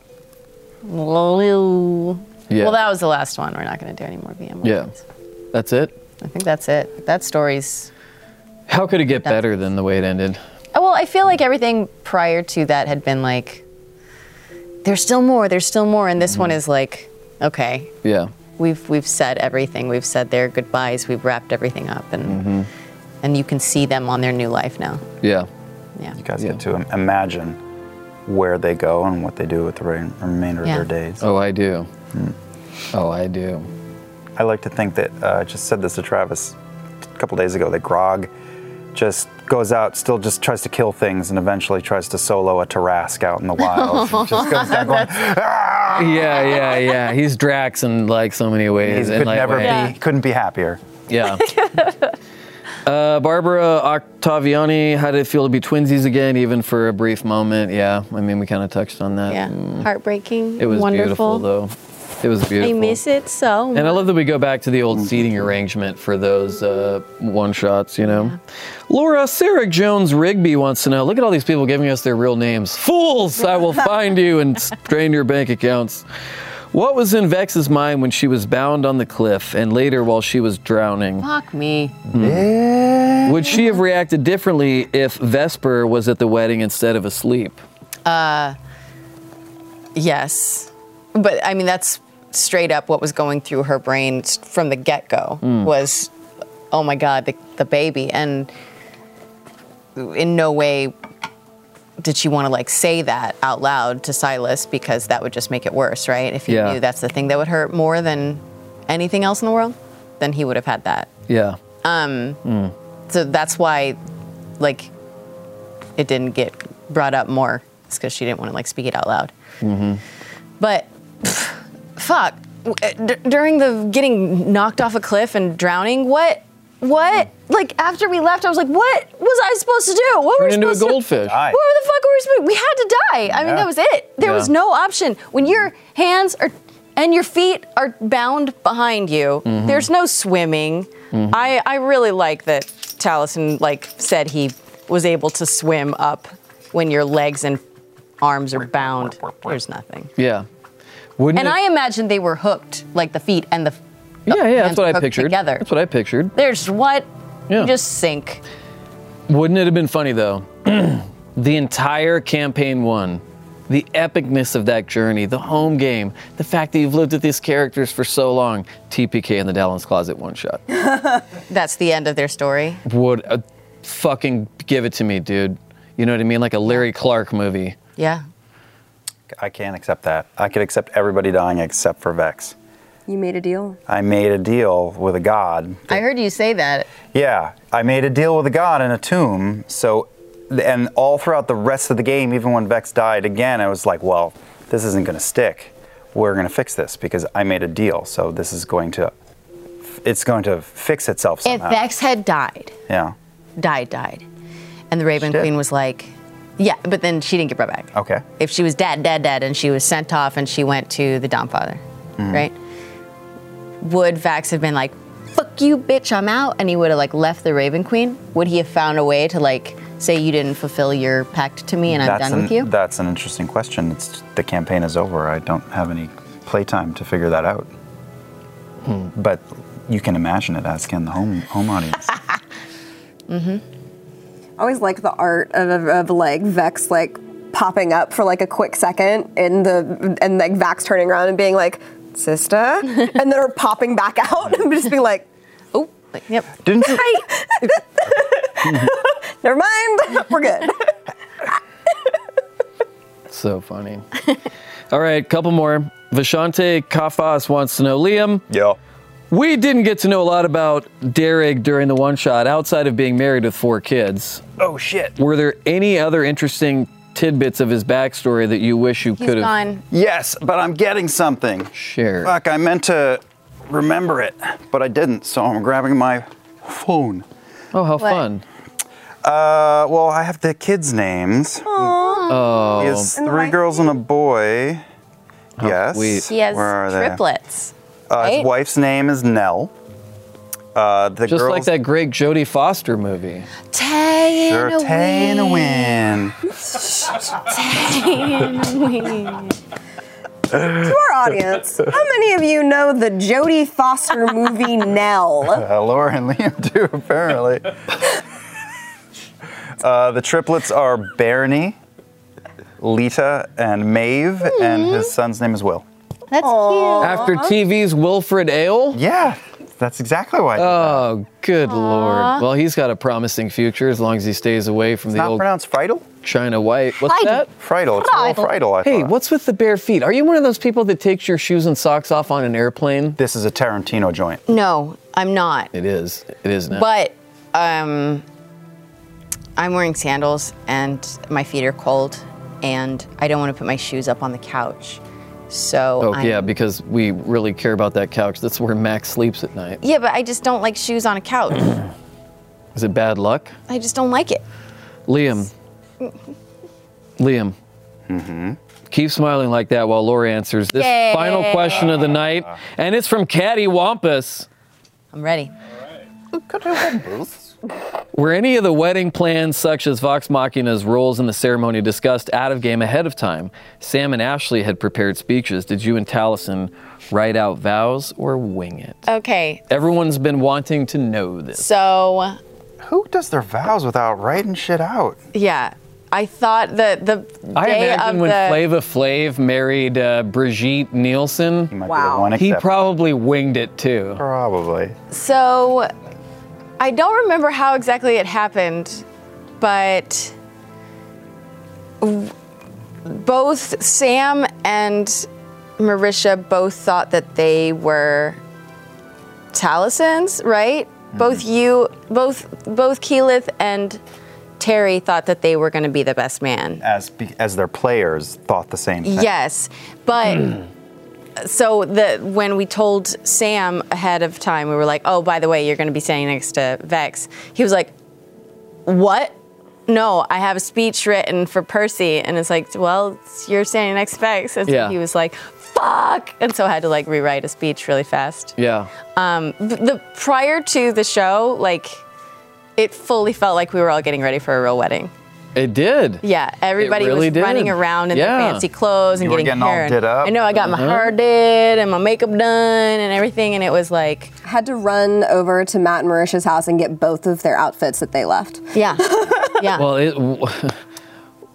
[SPEAKER 1] Yeah.
[SPEAKER 4] Well, that was the last one. We're not going to do any more VM.
[SPEAKER 1] Yeah. That's it.
[SPEAKER 4] I think that's it. That story's.
[SPEAKER 1] How could it get better than the way it ended?
[SPEAKER 4] Oh, well, I feel like everything prior to that had been like, there's still more. There's still more, and this
[SPEAKER 2] Mm-hmm.
[SPEAKER 4] one is like, okay,
[SPEAKER 1] Yeah.
[SPEAKER 4] we've we've said everything. We've said their goodbyes. We've wrapped everything up, and
[SPEAKER 1] Mhm.
[SPEAKER 2] Mm-hmm.
[SPEAKER 4] and you can see them on their new life now.
[SPEAKER 1] Yeah.
[SPEAKER 4] Yeah. You
[SPEAKER 2] guys get to im- imagine where they go and what they do with the re- remainder
[SPEAKER 4] Yeah.
[SPEAKER 2] of their days.
[SPEAKER 1] Oh, I do. Oh, I do.
[SPEAKER 2] I like to think that uh, I just said this to Travis a couple days ago that Grog just goes out, still just tries to kill things, and eventually tries to solo a Tarask out in the wild. just goes down going,
[SPEAKER 1] Yeah, yeah, yeah. He's Drax in like so many ways.
[SPEAKER 2] He
[SPEAKER 1] in
[SPEAKER 2] could
[SPEAKER 1] like
[SPEAKER 2] never
[SPEAKER 1] way.
[SPEAKER 2] be, couldn't be happier.
[SPEAKER 1] Yeah. Uh, Barbara Octaviani, how did it feel to be twinsies again, even for a brief moment? Yeah, I mean, we kind of touched on that.
[SPEAKER 4] Yeah.
[SPEAKER 1] Mm.
[SPEAKER 4] Heartbreaking.
[SPEAKER 1] It was
[SPEAKER 4] wonderful.
[SPEAKER 1] beautiful, though. It was beautiful.
[SPEAKER 4] I miss it so.
[SPEAKER 1] And I love that we go back to the old seating arrangement for those uh, one shots, you know? Laura Sarah Jones Rigby wants to know look at all these people giving us their real names. Fools! I will find you and drain your bank accounts. What was in Vex's mind when she was bound on the cliff and later while she was drowning?
[SPEAKER 4] Fuck me.
[SPEAKER 1] Would she have reacted differently if Vesper was at the wedding instead of asleep?
[SPEAKER 4] Uh, yes, but I mean that's straight up what was going through her brain s- from the get go
[SPEAKER 24] Mm.
[SPEAKER 4] was, oh my god, the, the baby, and in no way did she want to like say that out loud to Silas because that would just make it worse, right? If he
[SPEAKER 1] Yeah.
[SPEAKER 4] knew that's the thing that would hurt more than anything else in the world, then he would have had that.
[SPEAKER 1] Yeah.
[SPEAKER 4] Um,
[SPEAKER 1] Mm.
[SPEAKER 4] so that's why, like, it didn't get brought up more. It's because she didn't want to like speak it out loud.
[SPEAKER 25] Mm-hmm.
[SPEAKER 4] But pff, fuck, W- uh, d- during the getting knocked off a cliff and drowning, what, what? Like after we left, I was like, what was I supposed to do? What were we
[SPEAKER 1] Turn into a
[SPEAKER 4] supposed
[SPEAKER 1] goldfish.
[SPEAKER 4] To- what the fuck were we supposed? We had to die. I mean,
[SPEAKER 1] Yeah.
[SPEAKER 4] that was it. There
[SPEAKER 1] Yeah.
[SPEAKER 4] was no option. When your hands are and your feet are bound behind you,
[SPEAKER 1] Mm-hmm.
[SPEAKER 24] Mhm.
[SPEAKER 4] there's no swimming.
[SPEAKER 24] Mhm.
[SPEAKER 4] I I really like that Taliesin like said he was able to swim up when your legs and arms are bound. There's nothing.
[SPEAKER 1] Yeah. Wouldn't
[SPEAKER 4] and
[SPEAKER 1] it-
[SPEAKER 4] I imagine they were hooked, like the feet and the.
[SPEAKER 1] Yeah, yeah, that's what I
[SPEAKER 4] hooked
[SPEAKER 1] pictured.
[SPEAKER 4] together.
[SPEAKER 1] That's what I pictured.
[SPEAKER 4] There's what.
[SPEAKER 1] Yeah.
[SPEAKER 4] You just sink.
[SPEAKER 1] Wouldn't it have been funny though? the entire campaign one, the epicness of that journey, the home game, the fact that you've lived with these characters for so long. TPK in the Dallas Closet one shot.
[SPEAKER 4] That's the end of their story.
[SPEAKER 1] Would uh, fucking give it to me, dude. You know what I mean? Like a Larry Clark movie.
[SPEAKER 4] Yeah.
[SPEAKER 2] I can't accept that. I could accept everybody dying except for Vex.
[SPEAKER 3] You made a deal.
[SPEAKER 2] I made a deal with a god.
[SPEAKER 26] I heard you say that.
[SPEAKER 2] Yeah, I made a deal with a god in a tomb. So, and all throughout the rest of the game, even when Vex died again, I was like, well, this isn't going to stick. We're going to fix this because I made a deal. So this is going to, it's going to fix itself
[SPEAKER 4] If
[SPEAKER 2] somehow.
[SPEAKER 4] Vex had died,
[SPEAKER 2] yeah.
[SPEAKER 4] died, died, and the Raven Queen was like, yeah, but then she didn't get brought back.
[SPEAKER 2] Okay.
[SPEAKER 4] If she was dead, dead, dead, and she was sent off and she went to the Dawnfather,
[SPEAKER 2] Mm-hmm.
[SPEAKER 27] Mhm.
[SPEAKER 4] right? Would Vax have been like, fuck you, bitch, I'm out, and he would have like left the Raven Queen? Would he have found a way to like say you didn't fulfill your pact to me and I'm
[SPEAKER 2] that's
[SPEAKER 4] done
[SPEAKER 2] an,
[SPEAKER 4] with you?
[SPEAKER 2] That's an interesting question. It's the campaign is over. I don't have any playtime to figure that out. But you can imagine it, as can the home home audience.
[SPEAKER 3] Mm-hmm. I always like the art of, of, of like Vex like popping up for like a quick second and the and like Vax turning around and being like, sister, and then her popping back out and just being like,
[SPEAKER 4] oh, yep.
[SPEAKER 2] Didn't you?
[SPEAKER 3] Never mind, we're good.
[SPEAKER 1] So funny. All right, couple more. Vashante Kafas wants to know Liam.
[SPEAKER 2] Yeah.
[SPEAKER 1] We didn't get to know a lot about Derek during the one shot outside of being married with four kids.
[SPEAKER 2] Oh, shit.
[SPEAKER 1] Were there any other interesting tidbits of his backstory that you wish you could have
[SPEAKER 2] Yes, but I'm getting something.
[SPEAKER 1] shared?
[SPEAKER 2] Fuck, I meant to remember it, but I didn't, so I'm grabbing my phone.
[SPEAKER 1] Oh, how fun.
[SPEAKER 2] Uh, well, I have the kids' names.
[SPEAKER 1] Oh.
[SPEAKER 2] He has three girls and a boy. yes.
[SPEAKER 4] He has
[SPEAKER 2] Where are they?
[SPEAKER 4] triplets.
[SPEAKER 2] Uh,
[SPEAKER 4] right?
[SPEAKER 2] His wife's name is Nell. Uh, the
[SPEAKER 1] Just like
[SPEAKER 2] girls-
[SPEAKER 1] that great Jodie Foster movie.
[SPEAKER 4] Tay
[SPEAKER 2] Sure,
[SPEAKER 4] and a
[SPEAKER 2] Tay and a win.
[SPEAKER 3] to our audience, how many of you know the Jodie Foster movie Nell?
[SPEAKER 2] Uh, Laura and Liam do apparently. uh, the triplets are Bernie, Lita, and Maeve, and his son's name is Will.
[SPEAKER 4] That's cute.
[SPEAKER 1] After TV's Wilfred Ale?
[SPEAKER 2] Yeah, that's exactly why.
[SPEAKER 1] Oh, good lord. Well, he's got a promising future as long as he stays away from the
[SPEAKER 2] not
[SPEAKER 1] old.
[SPEAKER 2] pronounced Friedel?
[SPEAKER 1] China White. What's
[SPEAKER 2] Friedel.
[SPEAKER 1] that?
[SPEAKER 2] Friedel. It's Will Friedel. Friedel, I
[SPEAKER 1] hey,
[SPEAKER 2] thought.
[SPEAKER 1] what's with the bare feet? Are you one of those people that takes your shoes and socks off on an airplane?
[SPEAKER 2] This is a Tarantino joint.
[SPEAKER 4] No, I'm not.
[SPEAKER 1] It is. It is now.
[SPEAKER 4] But um, I'm wearing sandals and my feet are cold, and I don't want to put my shoes up on the couch. So
[SPEAKER 1] oh,
[SPEAKER 4] I'm-
[SPEAKER 1] yeah, because we really care about that couch. That's where Max sleeps at night.
[SPEAKER 4] yeah, but I just don't like shoes on a couch.
[SPEAKER 1] Is it bad luck?
[SPEAKER 4] I just don't like it.
[SPEAKER 1] Liam. Liam. Mm-hmm. Keep smiling like that while Laura answers this
[SPEAKER 4] Yay.
[SPEAKER 1] final question of the night, and it's from Caddy Wampus.
[SPEAKER 4] I'm ready.
[SPEAKER 1] Were any of the wedding plans, such as Vox Machina's roles in the ceremony, discussed out of game ahead of time? Sam and Ashley had prepared speeches. Did you and Taliesin write out vows or wing it?
[SPEAKER 4] Okay,
[SPEAKER 1] Everyone's been wanting to know this.
[SPEAKER 4] so
[SPEAKER 2] Who does their vows without writing shit out?
[SPEAKER 4] yeah, I thought that the
[SPEAKER 1] I
[SPEAKER 4] day
[SPEAKER 1] imagine
[SPEAKER 4] of
[SPEAKER 1] when
[SPEAKER 4] the
[SPEAKER 1] Flava Flav married uh, Brigitte Nielsen, he,
[SPEAKER 2] Wow. one exception.
[SPEAKER 1] probably winged it too.
[SPEAKER 2] Probably.
[SPEAKER 4] So I don't remember how exactly it happened, but w- both Sam and Marisha both thought that they were Talisons, right?
[SPEAKER 2] Mm-hmm.
[SPEAKER 4] Both you, both both Keelith and Terry thought that they were going to be the best man.
[SPEAKER 2] As be- as their players thought the same thing.
[SPEAKER 4] Yes, but so the when we told Sam ahead of time, we were like, "Oh, by the way, you're going to be standing next to Vex." He was like, "What? No, I have a speech written for Percy." And it's like, "Well, you're standing next to Vex." And so
[SPEAKER 1] Yeah.
[SPEAKER 4] he was like, "Fuck!" And so I had to like rewrite a speech really fast.
[SPEAKER 1] Yeah.
[SPEAKER 4] Um, th- the prior to the show, like, it fully felt like we were all getting ready for a real wedding.
[SPEAKER 1] It did.
[SPEAKER 4] Yeah, everybody
[SPEAKER 1] really
[SPEAKER 4] was
[SPEAKER 1] did.
[SPEAKER 4] running around in
[SPEAKER 1] Yeah.
[SPEAKER 4] their fancy clothes and
[SPEAKER 1] You were
[SPEAKER 4] getting,
[SPEAKER 1] getting all
[SPEAKER 4] hair. and-
[SPEAKER 1] did up.
[SPEAKER 4] I know I got
[SPEAKER 1] Uh-huh.
[SPEAKER 4] my hair did and my makeup done and everything, and it was like,
[SPEAKER 3] I had to run over to Matt and Marisha's house and get both of their outfits that they left.
[SPEAKER 4] Yeah. Yeah.
[SPEAKER 1] Well, it, w-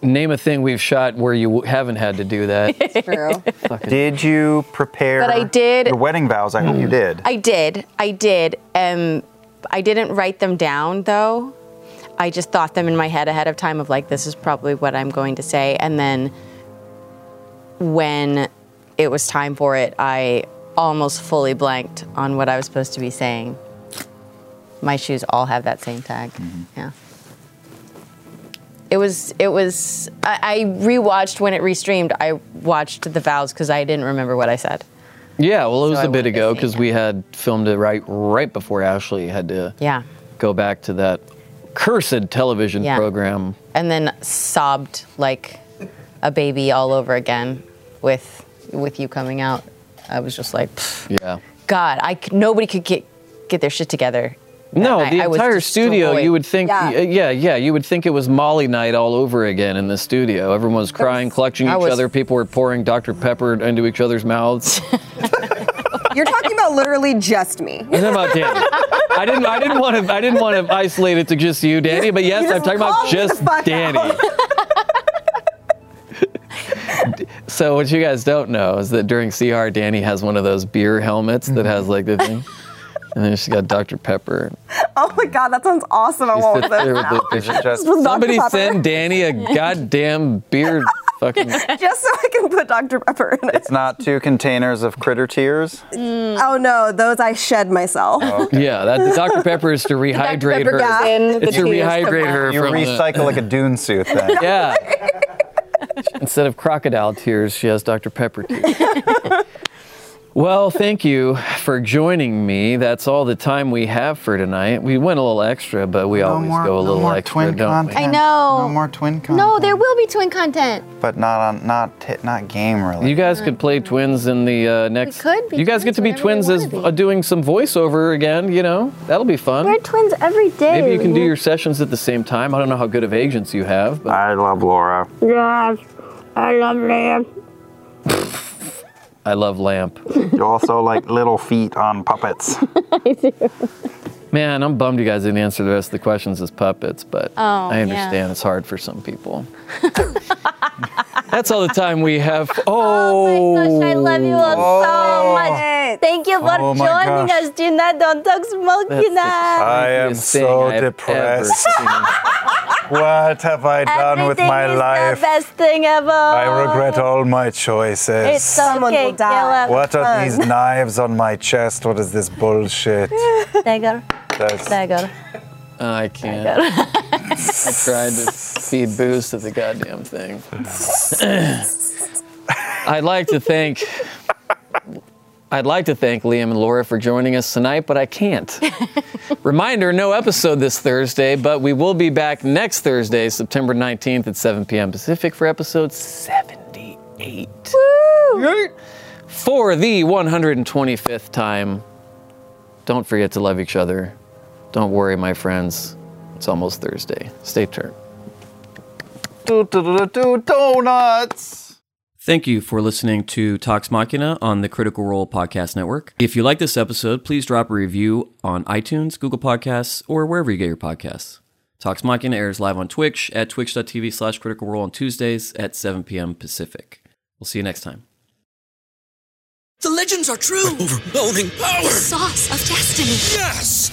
[SPEAKER 1] name a thing we've shot where you w- haven't had to do that.
[SPEAKER 3] true.
[SPEAKER 2] Did you prepare
[SPEAKER 4] But I did-
[SPEAKER 2] your wedding vows? I hope you
[SPEAKER 1] Hmm.
[SPEAKER 2] did.
[SPEAKER 4] I did, I did. Um, I didn't write them down though. I just thought them in my head ahead of time of like, this is probably what I'm going to say, and then when it was time for it, I almost fully blanked on what I was supposed to be saying. My shoes all have that same tag. Yeah. It was. It was. I, I rewatched when it restreamed. I watched the vows because I didn't remember what I said.
[SPEAKER 1] Yeah, well, it was
[SPEAKER 4] So I
[SPEAKER 1] a bit
[SPEAKER 4] wanted to
[SPEAKER 1] ago
[SPEAKER 4] see
[SPEAKER 1] because we had filmed it right right before Ashley had to
[SPEAKER 4] Yeah.
[SPEAKER 1] go back to that cursed television
[SPEAKER 4] Yeah.
[SPEAKER 1] program.
[SPEAKER 4] and then sobbed like a baby all over again with with you coming out. I was just like, "Pfft,
[SPEAKER 1] Yeah.
[SPEAKER 4] God, I c- nobody could get get their shit together. that
[SPEAKER 1] No,
[SPEAKER 4] night.
[SPEAKER 1] the
[SPEAKER 4] I was
[SPEAKER 1] entire studio,
[SPEAKER 4] destroyed.
[SPEAKER 1] you would think, yeah. yeah, you would think it was Molly night all over again in the studio. Everyone was crying, clutching
[SPEAKER 4] I
[SPEAKER 1] each
[SPEAKER 4] was-
[SPEAKER 1] other. People were pouring Dr. Pepper into each other's mouths.
[SPEAKER 3] You're talking about literally just me.
[SPEAKER 1] I don't know about Danny. I didn't. I didn't want to. I didn't want to isolate it to just you, Danny. But yes,
[SPEAKER 3] you
[SPEAKER 1] I'm
[SPEAKER 3] just
[SPEAKER 1] talking
[SPEAKER 3] called
[SPEAKER 1] about
[SPEAKER 3] me the
[SPEAKER 1] just
[SPEAKER 3] fuck out.
[SPEAKER 1] Danny. so what you guys don't know is that during CR, Danny has one of those beer helmets that has like the thing, and then she's got Dr Pepper.
[SPEAKER 3] Oh my god, that sounds awesome. I
[SPEAKER 1] She
[SPEAKER 3] want
[SPEAKER 1] sits
[SPEAKER 3] those
[SPEAKER 1] there with
[SPEAKER 3] now.
[SPEAKER 1] the-
[SPEAKER 3] Just with Dr.
[SPEAKER 1] somebody
[SPEAKER 3] Pepper.
[SPEAKER 1] send Danny a goddamn beer fucking.
[SPEAKER 3] Just so I can put Dr. Pepper in it.
[SPEAKER 2] It's not two containers of critter tears.
[SPEAKER 3] Oh no, those I shed myself.
[SPEAKER 1] Yeah, that the Dr Pepper is to rehydrate
[SPEAKER 3] Pepper
[SPEAKER 1] her.
[SPEAKER 3] goes in, the
[SPEAKER 1] it's to
[SPEAKER 3] tears come
[SPEAKER 1] rehydrate
[SPEAKER 3] out.
[SPEAKER 1] her
[SPEAKER 2] You
[SPEAKER 1] from the-
[SPEAKER 2] recycle like a dune suit then.
[SPEAKER 1] Yeah. Instead of crocodile tears, she has Dr. Pepper tears. well, thank you for joining me. That's all the time we have for tonight. We went a little extra, but we always
[SPEAKER 2] more-
[SPEAKER 1] go a
[SPEAKER 2] no
[SPEAKER 1] little
[SPEAKER 2] more
[SPEAKER 1] extra,
[SPEAKER 2] twin
[SPEAKER 1] don't
[SPEAKER 2] content.
[SPEAKER 28] I know.
[SPEAKER 2] No more twin content.
[SPEAKER 28] No, there will be twin content.
[SPEAKER 2] But not on, not t- not game
[SPEAKER 1] we?
[SPEAKER 2] really.
[SPEAKER 1] You guys could play twins in the uh, next.
[SPEAKER 28] could be
[SPEAKER 1] you guys get to be twins as uh, doing some voiceover again. You know that'll be fun.
[SPEAKER 28] We're twins every day.
[SPEAKER 1] Maybe you can do your sessions at the same time. I don't know how good of agents you have. But
[SPEAKER 2] I love Laura.
[SPEAKER 29] Yes, I love lamb.
[SPEAKER 1] I love Lamp.
[SPEAKER 2] You also like little feet on puppets.
[SPEAKER 1] Man, I'm bummed you guys didn't answer the rest of the questions as puppets, but
[SPEAKER 2] Oh,
[SPEAKER 1] I understand
[SPEAKER 2] yeah.
[SPEAKER 1] it's hard for some people. That's all the time we have. Oh,
[SPEAKER 28] I love you all so much. Thank you for
[SPEAKER 1] Oh my
[SPEAKER 28] joining
[SPEAKER 1] gosh.
[SPEAKER 28] us tonight on Dogs Monkey Night.
[SPEAKER 2] I am so depressed. what have I done with
[SPEAKER 28] Everything
[SPEAKER 2] my
[SPEAKER 28] is
[SPEAKER 2] life?
[SPEAKER 28] the best thing ever.
[SPEAKER 2] I regret all my choices.
[SPEAKER 28] It's Someone okay, will die.
[SPEAKER 2] what are these knives on my chest? What is this bullshit?
[SPEAKER 28] Dagger.
[SPEAKER 2] That's-
[SPEAKER 28] Dagger.
[SPEAKER 1] Oh, I can't. I tried to feed booze to the goddamn thing. I'd like to thank. I'd like to thank Liam and Laura for joining us tonight, but I can't. Reminder no episode this Thursday, but we will be back next Thursday, September 19th at 7 p.m. Pacific for episode 78. Yeet. For the 125th time, don't forget to love each other. Don't worry, my friends. It's almost Thursday. Stay tuned.
[SPEAKER 2] Do donuts.
[SPEAKER 30] Thank you for listening to Talks Machina on the Critical Role Podcast Network. If you like this episode, please drop a review on iTunes, Google Podcasts, or wherever you get your podcasts. Talks Machina airs live on Twitch at twitch.tv slash critical role on Tuesdays at 7 p.m. Pacific. We'll see you next time.
[SPEAKER 7] The legends are true. overwhelming power. sauce of destiny. Yes.